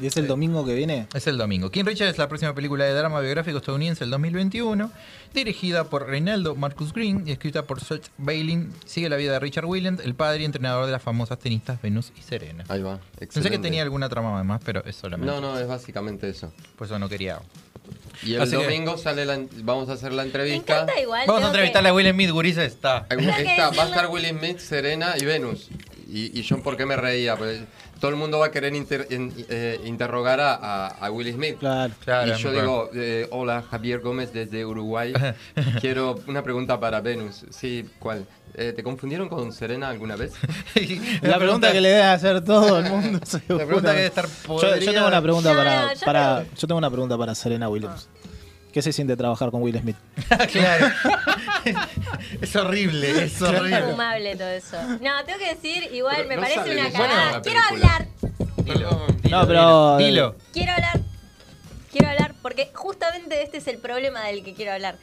S7: ¿Y es el domingo que viene?
S2: Es el domingo. King Richard es la próxima película de drama biográfico estadounidense del 2021, dirigida por Reinaldo Marcus Green y escrita por Seth Bailin. Sigue la vida de Richard Williams, el padre y entrenador de las famosas tenistas Venus y Serena.
S4: Ahí va.
S2: Pensé que
S4: Ah, excelente.
S2: tenía alguna trama además, pero es solamente.
S4: No, no, es básicamente eso.
S2: Por eso no quería.
S4: Y el
S2: Así que-
S4: domingo sale la, vamos a hacer la entrevista.
S3: encanta igual,
S2: Vamos a
S3: tengo
S2: entrevistarle a Will Smith, gurises, está.
S3: Tengo que
S4: Está, va a
S3: decirlo.
S4: estar Will Smith, Serena y Venus. Y, y yo, ¿por qué me reía? Porque todo el mundo va a querer inter- en- eh, interrogar a, a, a Will Smith.
S7: Claro.
S2: Claro,
S4: y yo
S2: me
S4: digo, eh, hola, Javier Gómez
S2: *laughs*
S4: desde Uruguay. Quiero una pregunta para Venus. Sí, ¿cuál? Eh, ¿Te confundieron con Serena alguna vez?
S2: *laughs*
S7: La pregunta que le debe hacer todo el mundo. *laughs* seguro.
S4: pregunta que debe estar
S7: Yo- yo,
S4: podría-
S7: tengo una pregunta
S4: No,
S7: para,
S4: no, yo
S7: para- yo tengo una pregunta para Serena Williams. ¿Qué se siente trabajar con Will Smith?
S2: *laughs* Es horrible, es
S3: Es
S2: horrible.
S3: fumable todo eso. No, tengo que decir, igual me
S2: no
S3: parece
S2: sale
S3: una
S2: de- Bueno,
S3: cagada.
S2: la
S3: quiero
S2: película.
S3: hablar,
S7: no, pero
S2: Dilo.
S3: quiero hablar, quiero hablar, porque justamente este es el problema del que quiero hablar.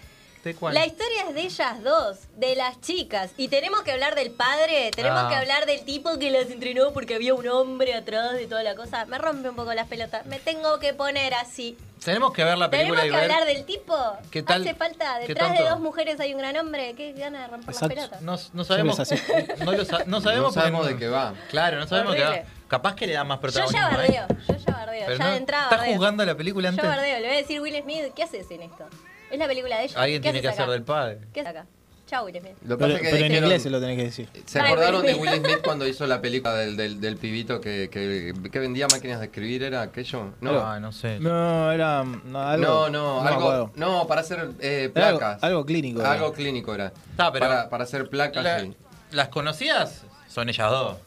S3: La historia es de ellas dos, de las chicas. Y tenemos que hablar del padre, tenemos
S14: Ah.
S3: que hablar del tipo que las entrenó porque había un hombre atrás de toda la cosa. Me rompe un poco las pelotas. Me tengo que poner así.
S2: Tenemos que ver la Ah, película
S3: Tenemos que
S2: y ver-
S3: hablar del tipo.
S2: ¿Qué tal?
S3: Hace falta.
S2: ¿Qué
S3: Detrás de
S2: tanto?
S3: dos mujeres hay un gran hombre. Qué gana de romper las
S2: Exacto.
S3: pelotas.
S2: No, no sabemos.
S7: Yo les
S2: No, lo sa- no sabemos,
S4: No sabemos
S2: porque-
S4: de qué va.
S2: Claro, no sabemos de qué va.
S3: Horrible.
S2: Capaz que le da más
S3: Yo
S2: protagonismo.
S3: ya
S2: ¿eh?
S3: bardeo, yo ya bardeo,
S2: Pero
S3: ya
S2: no-
S3: de entrada
S2: ¿Estás
S3: bardeo.
S2: jugando la película
S3: Yo
S2: antes?
S3: bardeo, le voy a decir Will Smith, ¿qué haces en esto? Es la película de ella.
S2: Alguien
S3: ¿Qué
S2: tiene que
S3: haces
S2: hacer
S3: acá?
S2: del padre.
S3: ¿Qué haces acá? Chao, Will Smith.
S4: Lo que
S7: Pero-
S4: pasa es que
S7: pero en
S4: dijeron-
S7: inglés se lo tenés que decir.
S4: ¿Se
S3: Ay,
S4: acordaron de
S3: Will
S4: Will
S3: Smith.
S4: Smith cuando hizo la película del, del, del pibito que, que, que vendía máquinas de escribir? ¿Era aquello? No,
S2: Ah, no sé.
S7: No, era. No, algo,
S4: no, no,
S7: me
S4: algo,
S7: acuerdo.
S4: no, para hacer eh,
S7: Era algo-
S4: placas.
S7: algo clínico era.
S4: Algo clínico era.
S2: Está, pero-
S4: para, para hacer placas.
S2: La-
S4: sí.
S2: Las conocidas son ellas dos.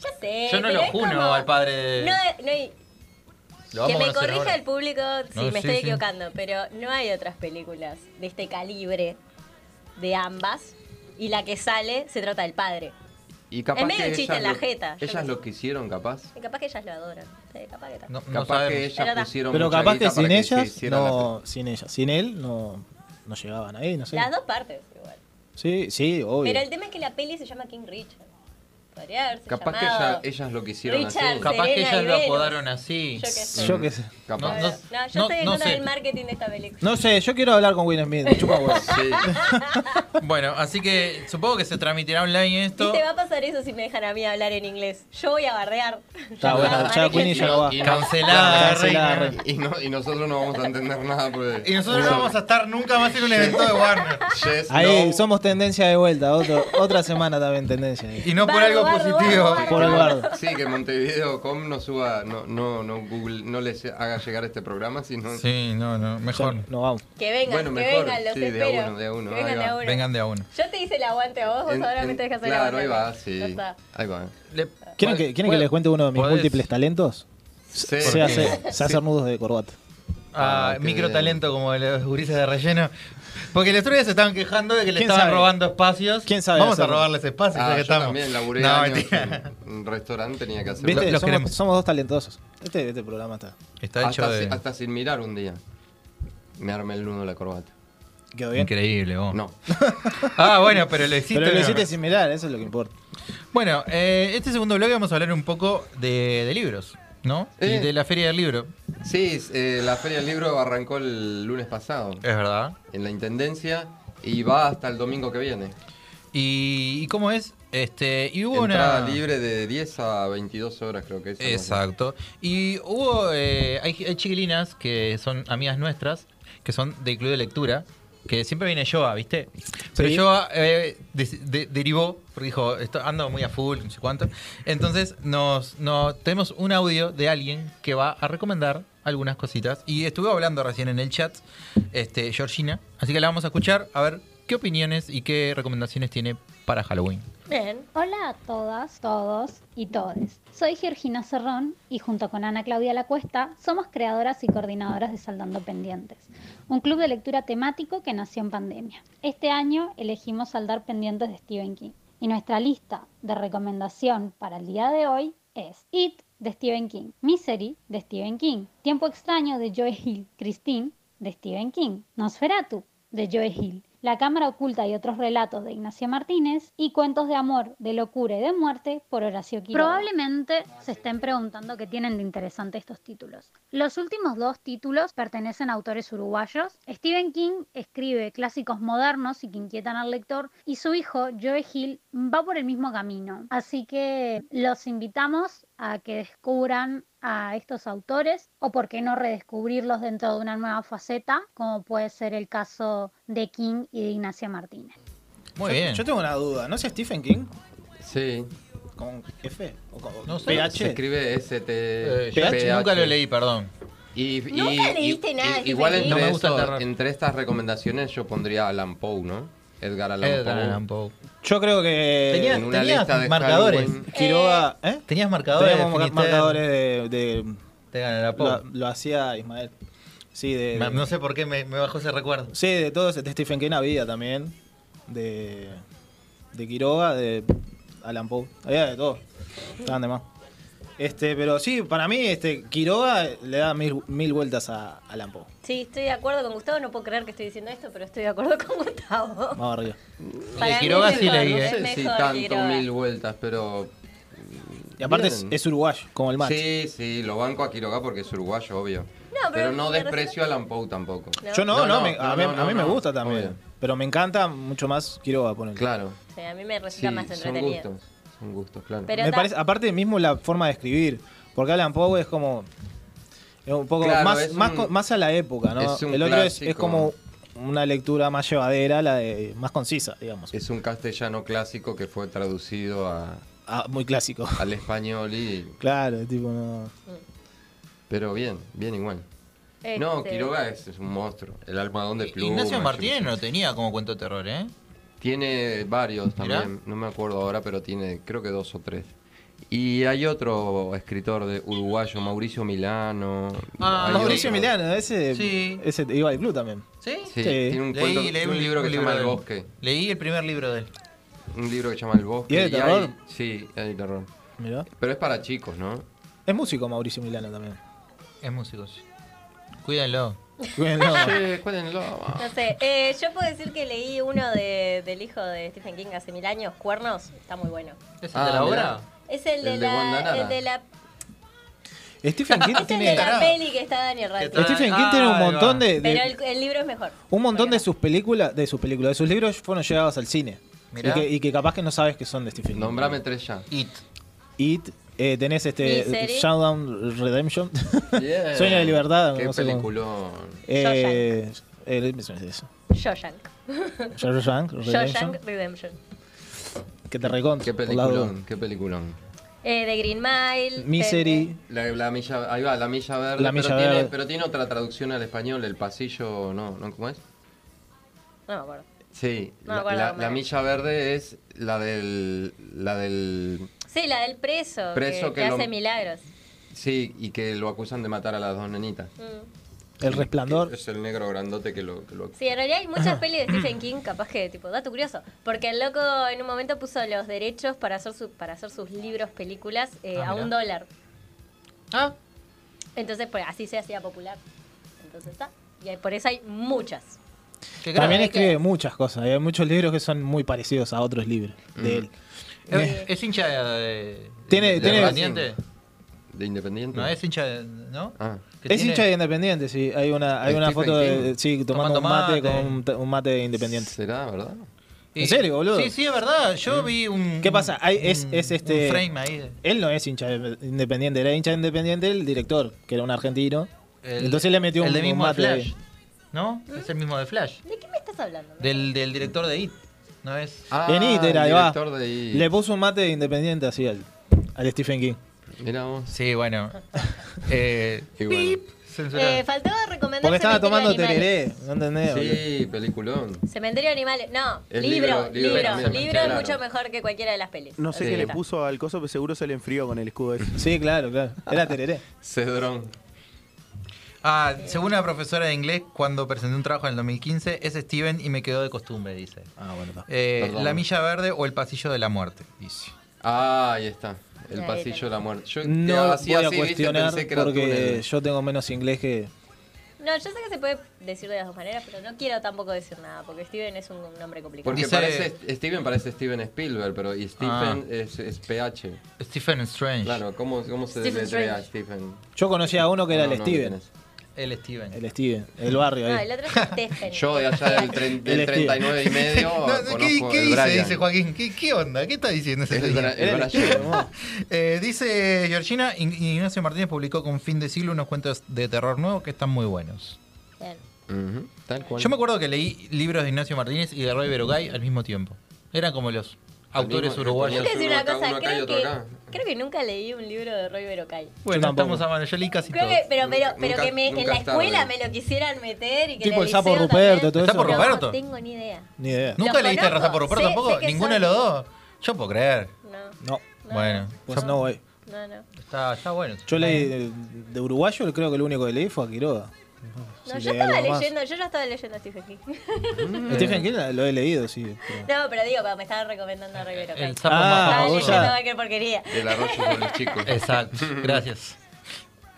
S3: Ya sé.
S2: Yo no
S3: pero
S2: lo
S3: es
S2: juno
S3: como-
S2: al padre de-
S3: No, no hay-
S2: Lo
S3: que
S2: vamos a
S3: me
S2: conocer
S3: corrija
S2: ahora.
S3: el público si
S2: No,
S3: me
S2: sí,
S3: estoy
S2: sí.
S3: equivocando, pero no hay otras películas de este calibre de ambas y la que sale se trata del padre.
S4: Y capaz
S3: Es medio
S4: que
S3: un chiste
S4: ellas
S3: en la
S4: lo-
S3: jeta, yo
S4: Ellas
S3: qué
S4: lo quisieron, capaz.
S3: Y capaz que ellas lo adoran. Sí, capaz que tal.
S4: capaz que
S3: Pero
S4: ellas
S3: está.
S4: pusieron
S7: Pero
S4: mucha
S7: capaz
S4: guita
S7: que
S4: para
S7: sin
S4: se
S7: ellas,
S4: hiciera la
S7: no, sin ellas, sin él, no, no llegaban ahí, no sé.
S3: Las dos partes igual.
S7: Sí, sí, obvio.
S3: Pero el tema es que la peli se llama King Richard. Podría haberse
S4: Capaz que
S3: llamado-
S4: ella- ellas lo quisieron
S3: Richard,
S4: así.
S2: Capaz que
S3: Serena
S2: ellas
S3: y
S2: lo
S3: Venus.
S2: apodaron así.
S3: Yo qué sé.
S4: Mm.
S7: Yo qué sé.
S3: No,
S2: Capaz.
S3: no, yo
S2: No-
S3: estoy en
S2: no
S3: contra
S2: sé.
S3: del marketing de esta película.
S7: No sé, yo quiero hablar con Will Smith, chupa
S4: *laughs*
S7: huevo.
S2: Bueno, así que supongo que se transmitirá online esto.
S3: Viste, va a pasar eso si me dejan a mí hablar en inglés. Yo voy a bardear. *laughs*
S7: Está bueno, ya Queenie ya no va.
S2: Cancelada,
S7: Cancelada,
S2: reina.
S4: Y, no- y nosotros no vamos a entender nada. porque-
S2: Y nosotros no vamos a estar nunca más en un evento de Warner.
S4: Yes,
S7: Ahí
S4: no.
S7: somos tendencia de vuelta, otro- otra semana también tendencia. ahí.
S2: Y no por algo positivo.
S7: Por el bardo.
S4: Sí, que Montevideo.com no suba, no, no, no, Google, no les haga llegar este programa, sino...
S2: Sí, no, no, mejor.
S7: No vamos.
S3: Que vengan,
S4: Bueno,
S3: que
S4: mejor,
S3: vengan, los
S4: sí, de a
S3: espero.
S4: uno, de a uno,
S3: Que vengan
S4: ahí
S3: de a
S4: va.
S3: uno.
S2: Vengan de a uno.
S3: Yo te hice el aguante a vos, vos
S4: En-
S3: ahora me
S4: en-
S3: tenés que hacer el
S4: claro,
S3: aguante.
S4: ahí
S3: a mí.
S4: va, sí.
S3: Ya está.
S4: Ahí va.
S7: ¿Quieren, que, quieren que les cuente uno de mis
S2: podés-
S7: múltiples talentos?
S4: Sí.
S7: Se hace,
S2: Sí.
S7: se hace nudos de corbata.
S2: Ah,
S4: qué
S2: micro
S4: bien.
S2: talento como los gurises de relleno. Porque los tres se estaban quejando de que le
S7: ¿Quién
S2: estaban
S7: sabe?
S2: robando espacios.
S7: ¿Quién sabe
S2: Vamos
S7: hacerlo?
S2: a robarles espacios
S4: Ah,
S2: ya que
S4: yo
S2: estamos.
S4: también laburé
S2: No,
S4: años
S2: mentira.
S4: en un restaurante, tenía que hacer...
S7: ¿Viste?
S2: los
S7: somos,
S2: queremos.
S7: somos dos talentosos. Este, este programa está.
S2: Está hecho
S4: hasta,
S2: de-
S4: si- hasta sin mirar un día. Me armé el nudo de la corbata.
S7: ¿Quedó bien?
S2: Increíble, vos.
S4: No.
S2: Ah, bueno, pero lo hiciste.
S7: Pero lo
S2: ¿no?
S7: hiciste sin mirar, eso es lo que importa.
S2: Bueno, eh, este segundo bloque vamos a hablar un poco de, de libros, ¿no?
S4: Eh.
S2: Y de la Feria del Libro.
S4: Sí, es, eh, la Feria del Libro arrancó el lunes pasado
S2: Es verdad.
S4: en la Intendencia y va hasta el domingo que viene.
S2: ¿Y, y cómo es? Este, y hubo
S4: Entrada
S2: una...
S4: libre de 10 a 22 horas creo que es.
S2: Exacto. Y hubo. eh, hay, hay chiquilinas que son amigas nuestras, que son del club de lectura, que siempre viene Yoa, ¿viste? Pero
S7: Sí.
S2: Yoa eh, des- de- derivó, porque dijo, "Esto- ando muy a full, no sé cuánto. Entonces, nos, nos- tenemos un audio de alguien que va a recomendar algunas cositas. Y estuve hablando recién en el chat, este, Georgina. Así que la vamos a escuchar, a ver qué opiniones y qué recomendaciones tiene para Halloween.
S14: Hola a todas, todos y todes. Soy Georgina Serrón y junto con Ana Claudia Lacuesta somos creadoras y coordinadoras de Saldando Pendientes, un club de lectura temático que nació en pandemia. Este año elegimos Saldar Pendientes de Stephen King y nuestra lista de recomendación para el día de hoy es It de Stephen King, Misery de Stephen King, Tiempo extraño de Joe Hill, Christine de Stephen King, Nosferatu de Joe Hill, La Cámara Oculta y otros relatos de Ignacio Martínez y Cuentos de Amor, de Locura y de Muerte por Horacio Quiroga. Probablemente se estén preguntando qué tienen de interesante estos títulos. Los últimos dos títulos pertenecen a autores uruguayos. Stephen King escribe clásicos modernos y que inquietan al lector y su hijo, Joe Hill, va por el mismo camino. Así que los invitamos a que descubran a estos autores o por qué no redescubrirlos dentro de una nueva faceta, como puede ser el caso de King y de Ignacia Martínez.
S2: Muy
S7: yo,
S2: bien.
S7: Yo tengo una duda, ¿no es Stephen King?
S4: Sí.
S7: ¿Con F? ¿O con
S2: No sé.
S4: Se
S7: PH?
S4: escribe ST.
S2: Eh, yo nunca lo leí, perdón.
S4: Y, y-
S3: Nunca leíste
S4: y-
S3: nada de
S4: igual
S3: Stephen
S4: entre,
S3: King.
S2: No me gusta el
S4: esos-
S2: terror.
S4: entre estas recomendaciones yo pondría Alan Poe, ¿no? Edgar Allan
S2: Edgar
S4: Poe.
S2: Allan Poe.
S7: Yo creo que.
S2: Tenías,
S4: En una
S2: tenías
S4: lista de
S2: marcadores.
S4: Halloween.
S7: Quiroga. ¿Eh?
S2: Tenías marcadores.
S7: Teníamos
S2: de Finisterre.
S7: marcadores de. de-
S2: Te ganan la Poe.
S7: lo, lo hacía Ismael. Sí, de.
S2: Ma- No sé por qué me, me bajó ese recuerdo.
S7: Sí, de todos, de Stephen King había también. De. De Quiroga, de Alan Poe. Había de todo. Estaban de más. Este, pero sí, para mí, este, Quiroga le da mil, mil vueltas a a Alan Poe.
S3: Sí, estoy de acuerdo con Gustavo. No puedo creer que estoy diciendo esto, pero estoy de acuerdo con Gustavo.
S7: *laughs* Vamos arriba.
S3: Para mí
S2: Quiroga
S3: es
S2: sí
S3: mejor,
S2: leí,
S3: es
S2: ¿eh?
S4: No sé si
S3: mejor
S4: tanto
S3: Quiroga.
S4: mil vueltas, pero...
S7: Y aparte es,
S4: Bien.
S7: es uruguayo, como el match.
S4: Sí, sí, lo banco a Quiroga porque es uruguayo, obvio.
S3: pero-
S4: pero, no desprecio a Alan Poe tampoco.
S7: Yo no, no,
S4: No, no,
S7: me- a mí,
S4: no, no,
S7: a mí me
S4: no,
S7: gusta también.
S4: obvio.
S7: Pero me encanta mucho más Quiroga, poner.
S4: Claro.
S3: Sí, a mí me
S4: Sí,
S3: resulta más
S4: son
S3: entretenido.
S4: gustos. Son gustos, claro.
S3: Pero
S7: me
S3: ta-
S7: parece, aparte mismo la forma de escribir, porque Alan Poe es como es un poco
S4: Claro,
S7: más,
S4: es
S7: más,
S4: un-
S7: co- más a la época, ¿no?
S4: es un
S7: El otro es, es
S4: clásico.
S7: como una lectura más llevadera, la de más concisa, digamos.
S4: Es un castellano clásico que fue traducido a-
S7: Ah,
S4: *laughs*
S7: muy clásico.
S4: al español y...
S7: Claro, es tipo no.
S4: Pero bien, bien igual.
S3: Este.
S4: No, Quiroga es, es un monstruo. El almadón de plumas.
S2: Ignacio
S4: yo
S2: Martínez
S4: qué sé.
S2: no tenía como cuento de terror, ¿eh?
S4: Tiene varios también, no me acuerdo ahora, pero tiene creo que dos o tres. Y hay otro escritor de uruguayo, Mauricio Milano.
S2: Ah,
S4: hay
S7: Mauricio
S4: otro.
S7: Milano, ese,
S2: Sí.
S7: ese iba al club también.
S2: ¿Sí?
S4: Sí,
S7: Sí.
S4: tiene un,
S2: Leí,
S4: cuento-
S2: leí
S4: un libro que se llama
S2: de
S4: El
S2: él.
S4: Bosque.
S2: Leí el primer libro de él.
S4: Un libro que se llama El Bosque.
S7: ¿Y es de
S4: hay-
S7: terror?
S4: sí, hay de terror.
S7: Mirá.
S4: Pero es para chicos, ¿no?
S7: Es músico Mauricio Milano
S3: *laughs*
S7: también.
S2: Es músico, sí. Cuídenlo.
S7: Cuídenlo.
S4: Sí, cuídenlo.
S3: No sé, eh, yo puedo decir que leí uno de- del hijo de Stephen King hace mil años, Cuernos, está muy bueno.
S2: ¿Es
S4: Ah,
S2: el de la obra?
S3: Es el de,
S2: El de
S3: la,
S2: Wanda
S3: el de la,
S7: Stephen King
S3: es el
S7: tiene.
S3: de la peli que está Daniel Radcliffe.
S7: Stephen King tiene un montón de. de-
S3: Pero el, el libro es mejor.
S7: un montón de sus películas, de sus películas, de sus libros fueron llegados al cine.
S4: Mirá.
S7: Y que, y que capaz que no sabes que son de Stephen King.
S4: Nombrame tres ya.
S2: It.
S7: It, eh, tenés este
S4: Misery. *laughs*
S7: Showdown Redemption.
S4: Yeah.
S7: Sueño de libertad.
S4: Qué
S7: no sé cómo.
S4: peliculón.
S7: Eh, el- eso es eso.
S3: Shawshank.
S7: Shawshank Redemption.
S3: Shawshank Redemption.
S7: Que te recontra.
S4: Qué peliculón, qué peliculón.
S3: Eh, de Green Mile. de-
S4: La, la milla, ahí va, la milla verde.
S7: La
S4: pero,
S7: milla
S4: tiene,
S7: verde.
S4: pero tiene otra traducción al español, el pasillo, no, ¿no? ¿Cómo es?
S3: No me acuerdo.
S4: Sí,
S3: No me
S4: la,
S3: acuerdo
S4: la-
S3: cómo
S4: la
S3: era.
S4: milla verde es la del, la del,
S3: Sí, la del preso.
S4: Preso
S3: que,
S4: que
S3: que
S4: lo-
S3: hace milagros.
S4: sí, y que lo acusan de matar a las dos nenitas.
S3: Mm.
S7: El resplandor.
S4: Es el negro grandote que lo, que lo
S3: Sí, en realidad hay muchas pelis de Stephen King, capaz que, tipo, dato curioso, porque el loco en un momento puso los derechos para hacer, su- para hacer sus libros, películas, eh,
S2: Ah,
S3: a un
S2: mirá.
S3: dólar.
S2: Ah.
S3: Entonces, pues así se hacía popular. Entonces está. Y hay- por eso hay muchas.
S2: Que creo-
S7: También escribe muchas cosas. Hay muchos libros que son muy parecidos a otros libros
S4: Mm.
S7: de él.
S2: ¿Es, es hincha de- de.
S7: Tiene-
S2: de
S7: tiene-
S2: Independiente?
S4: de independiente.
S2: No, es hincha de. ¿No?
S4: Ah.
S2: Que
S7: Es
S2: tiene-
S7: hincha de Independiente, sí. Hay una, hay
S4: ¿De
S7: una
S4: Stephen
S7: foto de,
S4: King?
S7: sí, tomando,
S2: Tomando
S7: un mate,
S2: mate.
S7: con un ta- un mate de Independiente.
S4: ¿Será, verdad?
S7: ¿En serio, boludo?
S2: Sí, sí, es verdad.
S4: Mm.
S2: Yo vi un.
S7: ¿Qué pasa? Hay- es, es este,
S2: un frame ahí de-
S7: Él no es hincha de- independiente, era hincha de independiente el director, que era un argentino.
S2: el-
S7: Entonces le metió
S2: el
S7: un,
S2: de
S7: un
S2: mismo de
S7: mate.
S2: Flash.
S7: ahí.
S2: ¿No? Es el mismo de Flash.
S3: ¿De qué me estás hablando?
S2: Del, del director de It. ¿No es?
S4: Ah.
S7: en It era, ahí va.
S4: director de It.
S7: Le puso un mate de independiente así al, al Stephen King.
S4: Mira vos.
S2: Sí, bueno. eh,
S3: Pip.
S2: censurado.
S3: Eh, faltaba recomendar
S7: Porque estaba
S3: Cementerio
S7: tomando
S3: de Animales.
S7: tereré, no entendés.
S4: Sí, peliculón.
S3: Cementerio de Animales. No,
S4: Es
S3: libro,
S4: libro,
S3: libro. Libro,
S4: libro también,
S3: es
S4: claro.
S3: mucho mejor que cualquiera de las pelis.
S9: No sé
S3: Así
S9: qué
S3: que
S9: le
S3: está.
S9: puso al coso, pero seguro se le enfrió con el
S7: *laughs*
S9: escudo ese.
S7: Sí, claro, claro. Era tereré.
S4: Cedrón.
S2: Ah, según una profesora de inglés, cuando presenté un trabajo en el 2015, es Steven y me quedó de costumbre, dice.
S7: Ah, bueno, está.
S2: Eh,
S4: Perdón.
S2: la milla verde o el pasillo de la muerte, dice.
S4: Ah, ahí está. El
S3: Ahí
S4: pasillo de la muerte. *laughs* Yo
S7: No
S4: hacía
S7: voy a
S4: así, viste,
S7: cuestionar
S4: pensé que era
S7: porque
S4: túnel.
S7: yo tengo menos inglés que...
S3: No, yo sé que se puede decir de las dos maneras, pero no quiero tampoco decir nada, porque Steven es un nombre complicado.
S4: Porque
S2: Dice-
S4: parece, Steven parece Steven Spielberg, pero y
S7: Ah.
S4: Stephen es, es PH.
S2: Stephen Strange.
S4: Claro, ¿cómo, cómo se
S3: Stephen
S4: deletrea
S3: Strange.
S4: Stephen?
S7: Yo conocía a uno que era
S4: No,
S7: el
S4: no,
S7: Steven.
S4: no tenés.
S2: El Steven.
S7: el Steven, el barrio
S3: No,
S7: ahí.
S3: Ah, el otro es Stephen.
S4: *laughs* Yo de allá del, tren- del
S7: *laughs* El Steven.
S4: 39 y
S2: *laughs*
S4: medio
S2: No,
S4: conozco
S2: ¿Qué, qué
S4: el
S2: dice?
S4: Brian.
S2: Dice Joaquín. ¿Qué, qué onda? ¿Qué está diciendo ese
S4: Es el
S2: señor?
S4: Bra- el Era el Brian.
S7: Steven, vos.
S2: Eh, dice Georgina, Ign- Ignacio Martínez publicó con fin de siglo unos cuentos de terror nuevos que están muy buenos.
S3: Bien.
S4: Ujú, Tal cual.
S2: Yo me acuerdo que leí libros de Ignacio Martínez y de Roy Berogay al mismo tiempo. Eran como los autores
S4: mismo-
S2: uruguayos.
S3: Tengo que decir una
S4: uno acá,
S3: cosa,
S4: uno acá y
S3: creo
S4: otro
S3: que,
S4: acá.
S3: creo que nunca leí un libro de Roy Berocay.
S2: Bueno,
S7: Yo tampoco.
S2: estamos a mano. Yo leí casi
S3: Creo
S2: todo.
S3: que, pero, pero,
S4: Nunca-
S3: pero que me, en
S4: nunca
S3: la
S4: es
S3: escuela
S4: tarde.
S3: me lo quisieran meter y que
S7: Tipo
S3: el
S7: el sapo
S3: liceo
S7: Ruperto,
S3: también.
S7: todo
S2: ¿Está por
S7: eso.
S3: No,
S2: Ruperto?
S3: No tengo ni idea.
S7: Ni idea.
S2: ¿Nunca
S3: Los
S2: leíste
S3: conozco.
S2: Raza por Roperto
S3: Sé-
S2: tampoco?
S3: sé que
S2: ¿Ninguno
S3: son-
S2: de los dos? Yo puedo creer.
S3: No,
S7: No,
S2: Bueno,
S7: pues no, güey.
S3: no, no.
S2: está, está bueno.
S7: Yo leí de, de uruguayo, creo que el único que leí fue a Quiroga.
S3: No,
S7: Si
S3: yo
S7: leí
S3: estaba
S7: algo más.
S3: leyendo, yo ya estaba leyendo a Stephen King. *laughs*
S7: Stephen King lo he leído, sí. pero-
S3: no, pero digo, pero me estaban recomendando a Roy Berocay.
S2: El sapo
S7: Ah,
S3: Estaba
S2: más famoso.
S7: vos ya-
S3: leyendo cualquier porquería.
S4: El arroyo con los
S7: *laughs*
S4: chicos.
S2: *laughs* Exacto, gracias.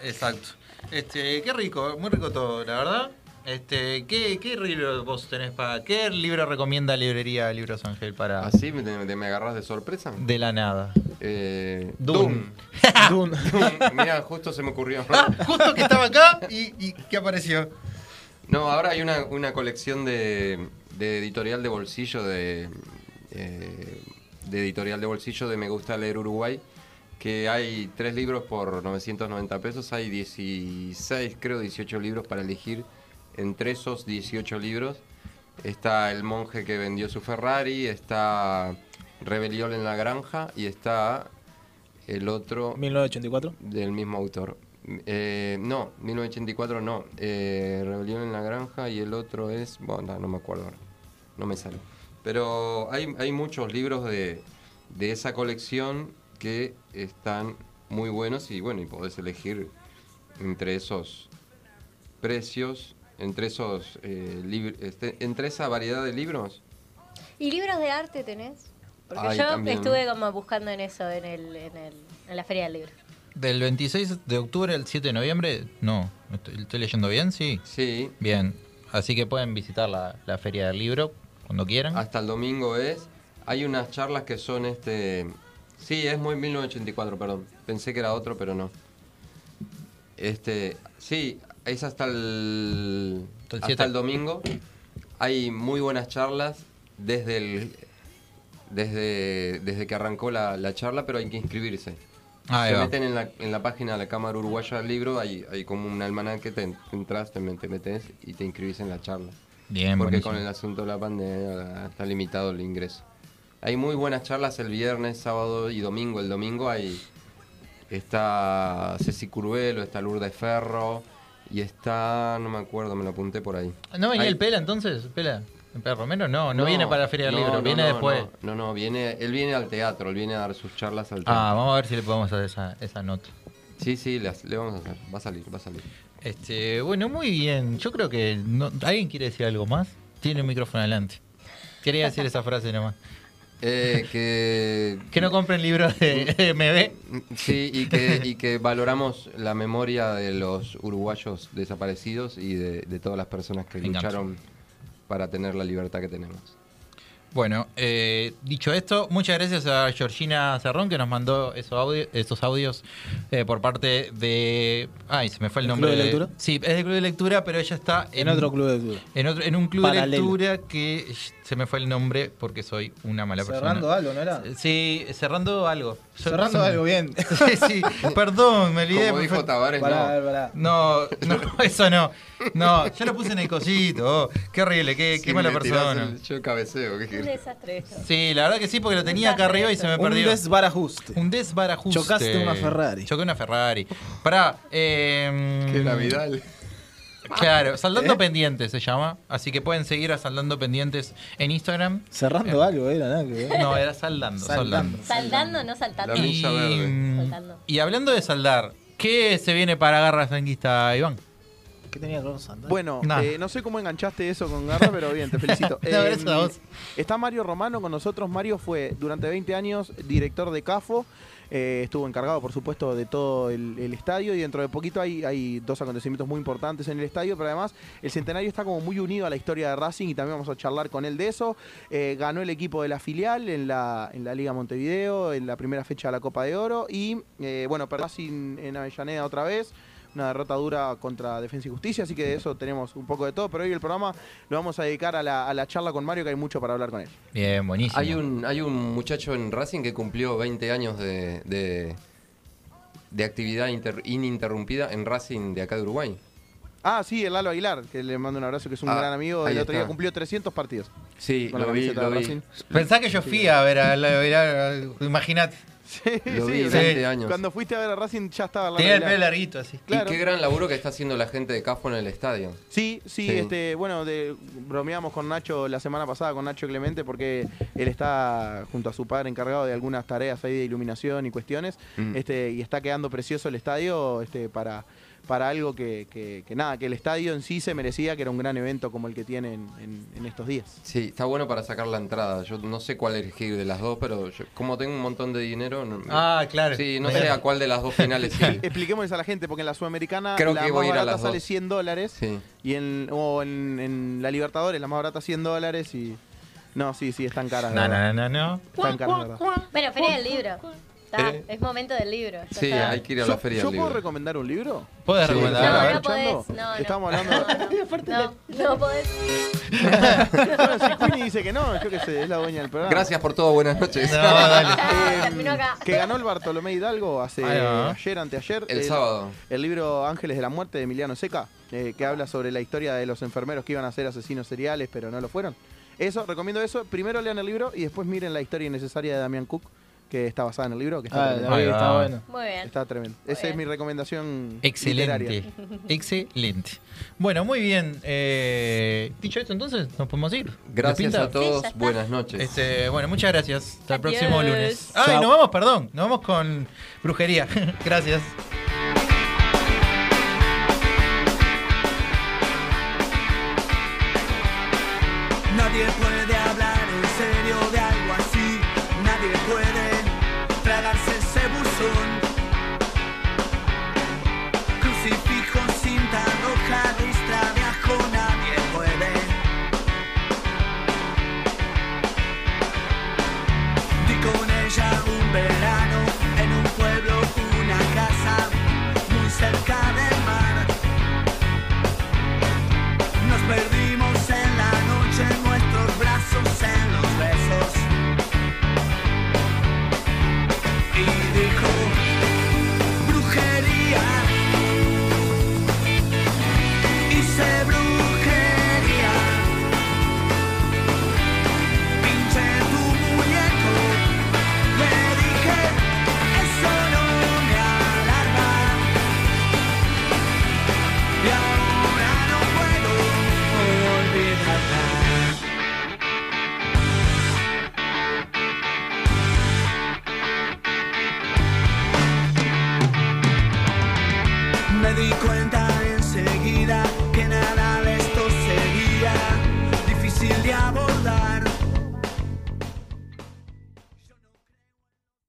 S2: Exacto. Este, qué rico, muy rico todo, la verdad. Este, ¿qué, qué libro vos tenés para. ¿Qué libro recomienda librería Libros Ángel para.
S4: Así me, te- me agarras de sorpresa.
S2: De la nada.
S4: Eh,
S2: Doom.
S7: Dun.
S4: Mira, justo se me
S7: *laughs*
S4: ocurrió.
S2: Ah, justo que estaba acá y, y ¿qué apareció?
S4: No, ahora hay una, una colección de, de editorial de bolsillo de, eh, de editorial de bolsillo de Me gusta leer Uruguay que hay tres libros por 990 pesos, hay 16, creo 18 libros para elegir entre esos 18 libros. Está El monje que vendió su Ferrari, está Rebelión en la granja y está el otro
S7: 1984.
S4: del mismo autor. Eh, no, 1984 no. Eh, Rebelión en la Granja y el otro es. Bueno, no, no me acuerdo ahora. No me sale. Pero hay, hay muchos libros de, de esa colección que están muy buenos y bueno, y podés elegir entre esos precios, entre esos eh, libr- este, entre esa variedad de libros.
S3: ¿Y libros de arte tenés? Porque
S2: Ay,
S3: yo
S2: también.
S3: estuve como buscando en eso, en, el, en, el, en la Feria del Libro.
S2: Del 26 de octubre al 7 de noviembre, no. ¿Estoy, estoy leyendo bien? Sí.
S4: Sí.
S2: Bien. Así que pueden visitar la, la Feria del Libro cuando quieran.
S4: Hasta el domingo es. Hay unas charlas que son este. Sí, es muy 1984, perdón. Pensé que era otro, pero no. Este. Sí, es hasta el.
S2: el
S4: hasta
S2: siete.
S4: el domingo. Hay muy buenas charlas desde el. Desde, desde que arrancó la, la charla, pero hay que inscribirse.
S2: Ahí
S4: Se
S2: va.
S4: meten en la, en la página de la Cámara Uruguaya del Libro, hay, hay como un almanaque, te en- te entras, te met- te metes y te inscribís en la charla.
S2: Bien,
S4: Porque
S2: buenísimo.
S4: con el asunto de la pandemia está limitado el ingreso. Hay muy buenas charlas el viernes, sábado y domingo. El domingo hay está Ceci Curvelo, está Lourdes Ferro y está, no me acuerdo, me lo apunté por ahí.
S2: ¿No venía
S4: Hay-
S2: el Pela entonces? ¿Pela? ¿El Pela Romero? No, no, viene para la Feria del
S4: no,
S2: Libro,
S4: no,
S2: viene
S4: no,
S2: después.
S4: No, no, no, viene, él viene al teatro, él viene a dar sus charlas al teatro.
S2: Ah, vamos a ver si le podemos hacer esa, esa nota.
S4: Sí, sí, le, le vamos a hacer, va a salir, va a salir.
S2: Este, bueno, muy bien. Yo creo que no- alguien quiere decir algo más. Tiene un micrófono adelante. Quería decir esa frase nomás.
S4: Eh, que
S2: Que no compren libros de MB.
S4: Sí, y que, y que valoramos la memoria de los uruguayos desaparecidos y de, de todas las personas que
S2: Me encanta.
S4: lucharon para tener la libertad que tenemos.
S2: Bueno, eh, dicho esto, muchas gracias a Georgina Cerrón que nos mandó esos, audio- esos audios eh, por parte de. Ay, se me fue el,
S7: ¿El
S2: nombre.
S7: club de
S2: de-
S7: lectura?
S2: Sí, es del club de lectura, pero ella está
S7: En otro club de lectura.
S2: En, otro- en un club de
S7: Paralelo.
S2: lectura que se me fue el nombre porque soy una mala
S7: Cerrando
S2: persona.
S7: algo, ¿no era?
S2: Sí, cerrando algo.
S7: Cerrando algo, bien.
S2: *laughs* Sí, sí, perdón, me olvidé.
S4: Como dijo
S2: Fue-
S4: Tavares,
S2: Pará,
S4: no.
S2: pará. no. No, *laughs* eso no. No, yo lo puse en el cosito. oh, qué horrible, qué, qué
S4: Si
S2: mala
S4: me tirás
S2: persona.
S4: el- yo cabeceo. ¿qué
S3: Un
S4: querés?
S3: desastre esto.
S2: Sí, la verdad que sí, porque lo tenía acá arriba y se me
S7: Un
S2: perdió.
S7: desbarajuste.
S2: Un desbarajuste.
S7: Chocaste una Ferrari.
S2: Choqué una Ferrari. Pará, eh,
S4: Que era Vidal.
S2: Claro,
S4: *laughs* ¿Eh?
S2: Saldando Pendientes se llama. Así que pueden seguir a Saldando Pendientes en Instagram.
S7: Cerrando algo, era nada que ver.
S2: No, era Saldando. Saldando.
S3: Saldando, no saltando.
S2: La milla verde.
S3: Saltando.
S2: mm, Y hablando de saldar, ¿qué se viene para Garra Sanguista, Iván?
S7: ¿Qué tenía que ver con Sandal?
S9: Bueno,
S2: Nah.
S9: eh, no sé cómo enganchaste eso con Garra, pero bien, te felicito. Em,
S2: No, gracias a vos.
S9: Está Mario Romano con nosotros. Mario fue durante 20 años director de CAFO. eh, estuvo encargado, por supuesto, de todo el, el estadio y dentro de poquito hay, hay dos acontecimientos muy importantes en el estadio, pero además el centenario está como muy unido a la historia de Racing y también vamos a charlar con él de eso. Eh, ganó el equipo de la filial en la, en la Liga Montevideo, en la primera fecha de la Copa de Oro y, eh, bueno, perdió Racing en Avellaneda otra vez una derrota dura contra Defensa y Justicia, así que de eso tenemos un poco de todo, pero hoy el programa lo vamos a dedicar a la, a la charla con Mario, que hay mucho para hablar con él.
S2: Bien, buenísimo.
S4: Hay un, hay un muchacho en Racing que cumplió 20 años de, de, de actividad inter- ininterrumpida en Racing de acá de Uruguay.
S9: Ah, sí, el Lalo Aguilar, que le mando un abrazo, que es un
S4: Ah,
S9: gran amigo,
S4: ahí
S9: el otro
S4: está.
S9: día cumplió 300 partidos.
S4: Sí,
S9: Con la
S4: lo vi,
S9: camiseta
S4: lo
S9: de
S4: vi.
S9: Racing. *laughs*
S2: Pensá que yo fui a ver a la- a ver a- Imagínate.
S4: Lo vi,
S2: sí.
S4: 20 años.
S9: Cuando fuiste a ver a Racing ya estaba Lalo
S2: Tenía el
S9: Aguilar.
S2: pelo larguito así.
S9: Claro.
S4: Y qué gran laburo que está haciendo la gente de CAFO en el estadio.
S9: Sí, sí,
S4: Sí.
S9: este, bueno, de- bromeamos con Nacho la semana pasada, con Nacho Clemente, porque él está junto a su padre encargado de algunas tareas ahí de iluminación y cuestiones,
S4: Mm.
S9: este, y está quedando precioso el estadio este, para, para algo que, que- que nada, que el estadio en sí se merecía, que era un gran evento como el que tienen en, en estos días.
S4: Sí, está bueno para sacar la entrada. Yo no sé cuál elegir de las dos, pero yo- como tengo un montón de dinero... no-
S2: Ah, claro.
S4: Sí, no sé a cuál de las dos
S9: *laughs*
S4: finales ir.
S9: Expliquemos a la gente, porque en la Sudamericana
S4: Creo
S9: la
S4: que
S9: más
S4: voy a ir a
S9: barata
S4: las
S9: sale
S4: dos.
S9: 100 dólares,
S4: Sí.
S9: y en, o en, en la Libertadores la más barata 100 dólares y... No, sí, sí, están caras. de
S2: No,
S9: verdad.
S2: no, no, no.
S9: Están caras, de verdad.
S3: Bueno, Feria del Libro. Está,
S9: Eh.
S3: es momento del libro. ya
S4: Sí,
S3: está.
S4: hay que ir a la
S9: Yo-
S4: feria
S9: ¿Yo
S4: del libro.
S9: puedo recomendar un libro?
S2: ¿Puedes
S4: Sí.
S2: recomendar?
S4: No,
S2: A ver.
S3: No podés, no, no.
S9: Estamos hablando.
S3: *laughs* No, no podés. *laughs*
S9: bueno, si Queenie dice que no, yo qué sé, es la dueña del programa.
S4: Gracias por todo, buenas noches.
S2: No, dale.
S9: Eh,
S3: Terminó acá.
S9: que ganó el Bartolomé Hidalgo hace
S4: Ahí va.
S9: ayer, anteayer.
S4: El sábado.
S9: El libro Ángeles de la Muerte de Emiliano Seca, eh, que habla sobre la historia de los enfermeros que iban a ser asesinos seriales, pero no lo fueron. Eso, recomiendo eso. Primero lean el libro y después miren la historia innecesaria de Damián Cook, que está basada en el libro. Que está
S7: Ah,
S9: tremendo.
S7: la vi, está
S2: va.
S7: bueno.
S3: Muy bien.
S9: Está tremendo. Esa es mi recomendación.
S2: *laughs* Excelente.
S9: literaria.
S2: Excelente. Bueno, muy bien. eh, dicho esto, entonces, nos podemos ir. ¿Te
S4: Gracias
S2: pinta?
S4: a todos, buenas noches.
S2: Este, bueno, muchas gracias. Hasta el
S3: Adiós.
S2: próximo lunes. Ay,
S7: Chao.
S2: nos vamos, perdón. Nos vamos con brujería. *laughs* gracias.
S13: Nadie puede hablar en serio de algo así. Nadie
S1: di cuenta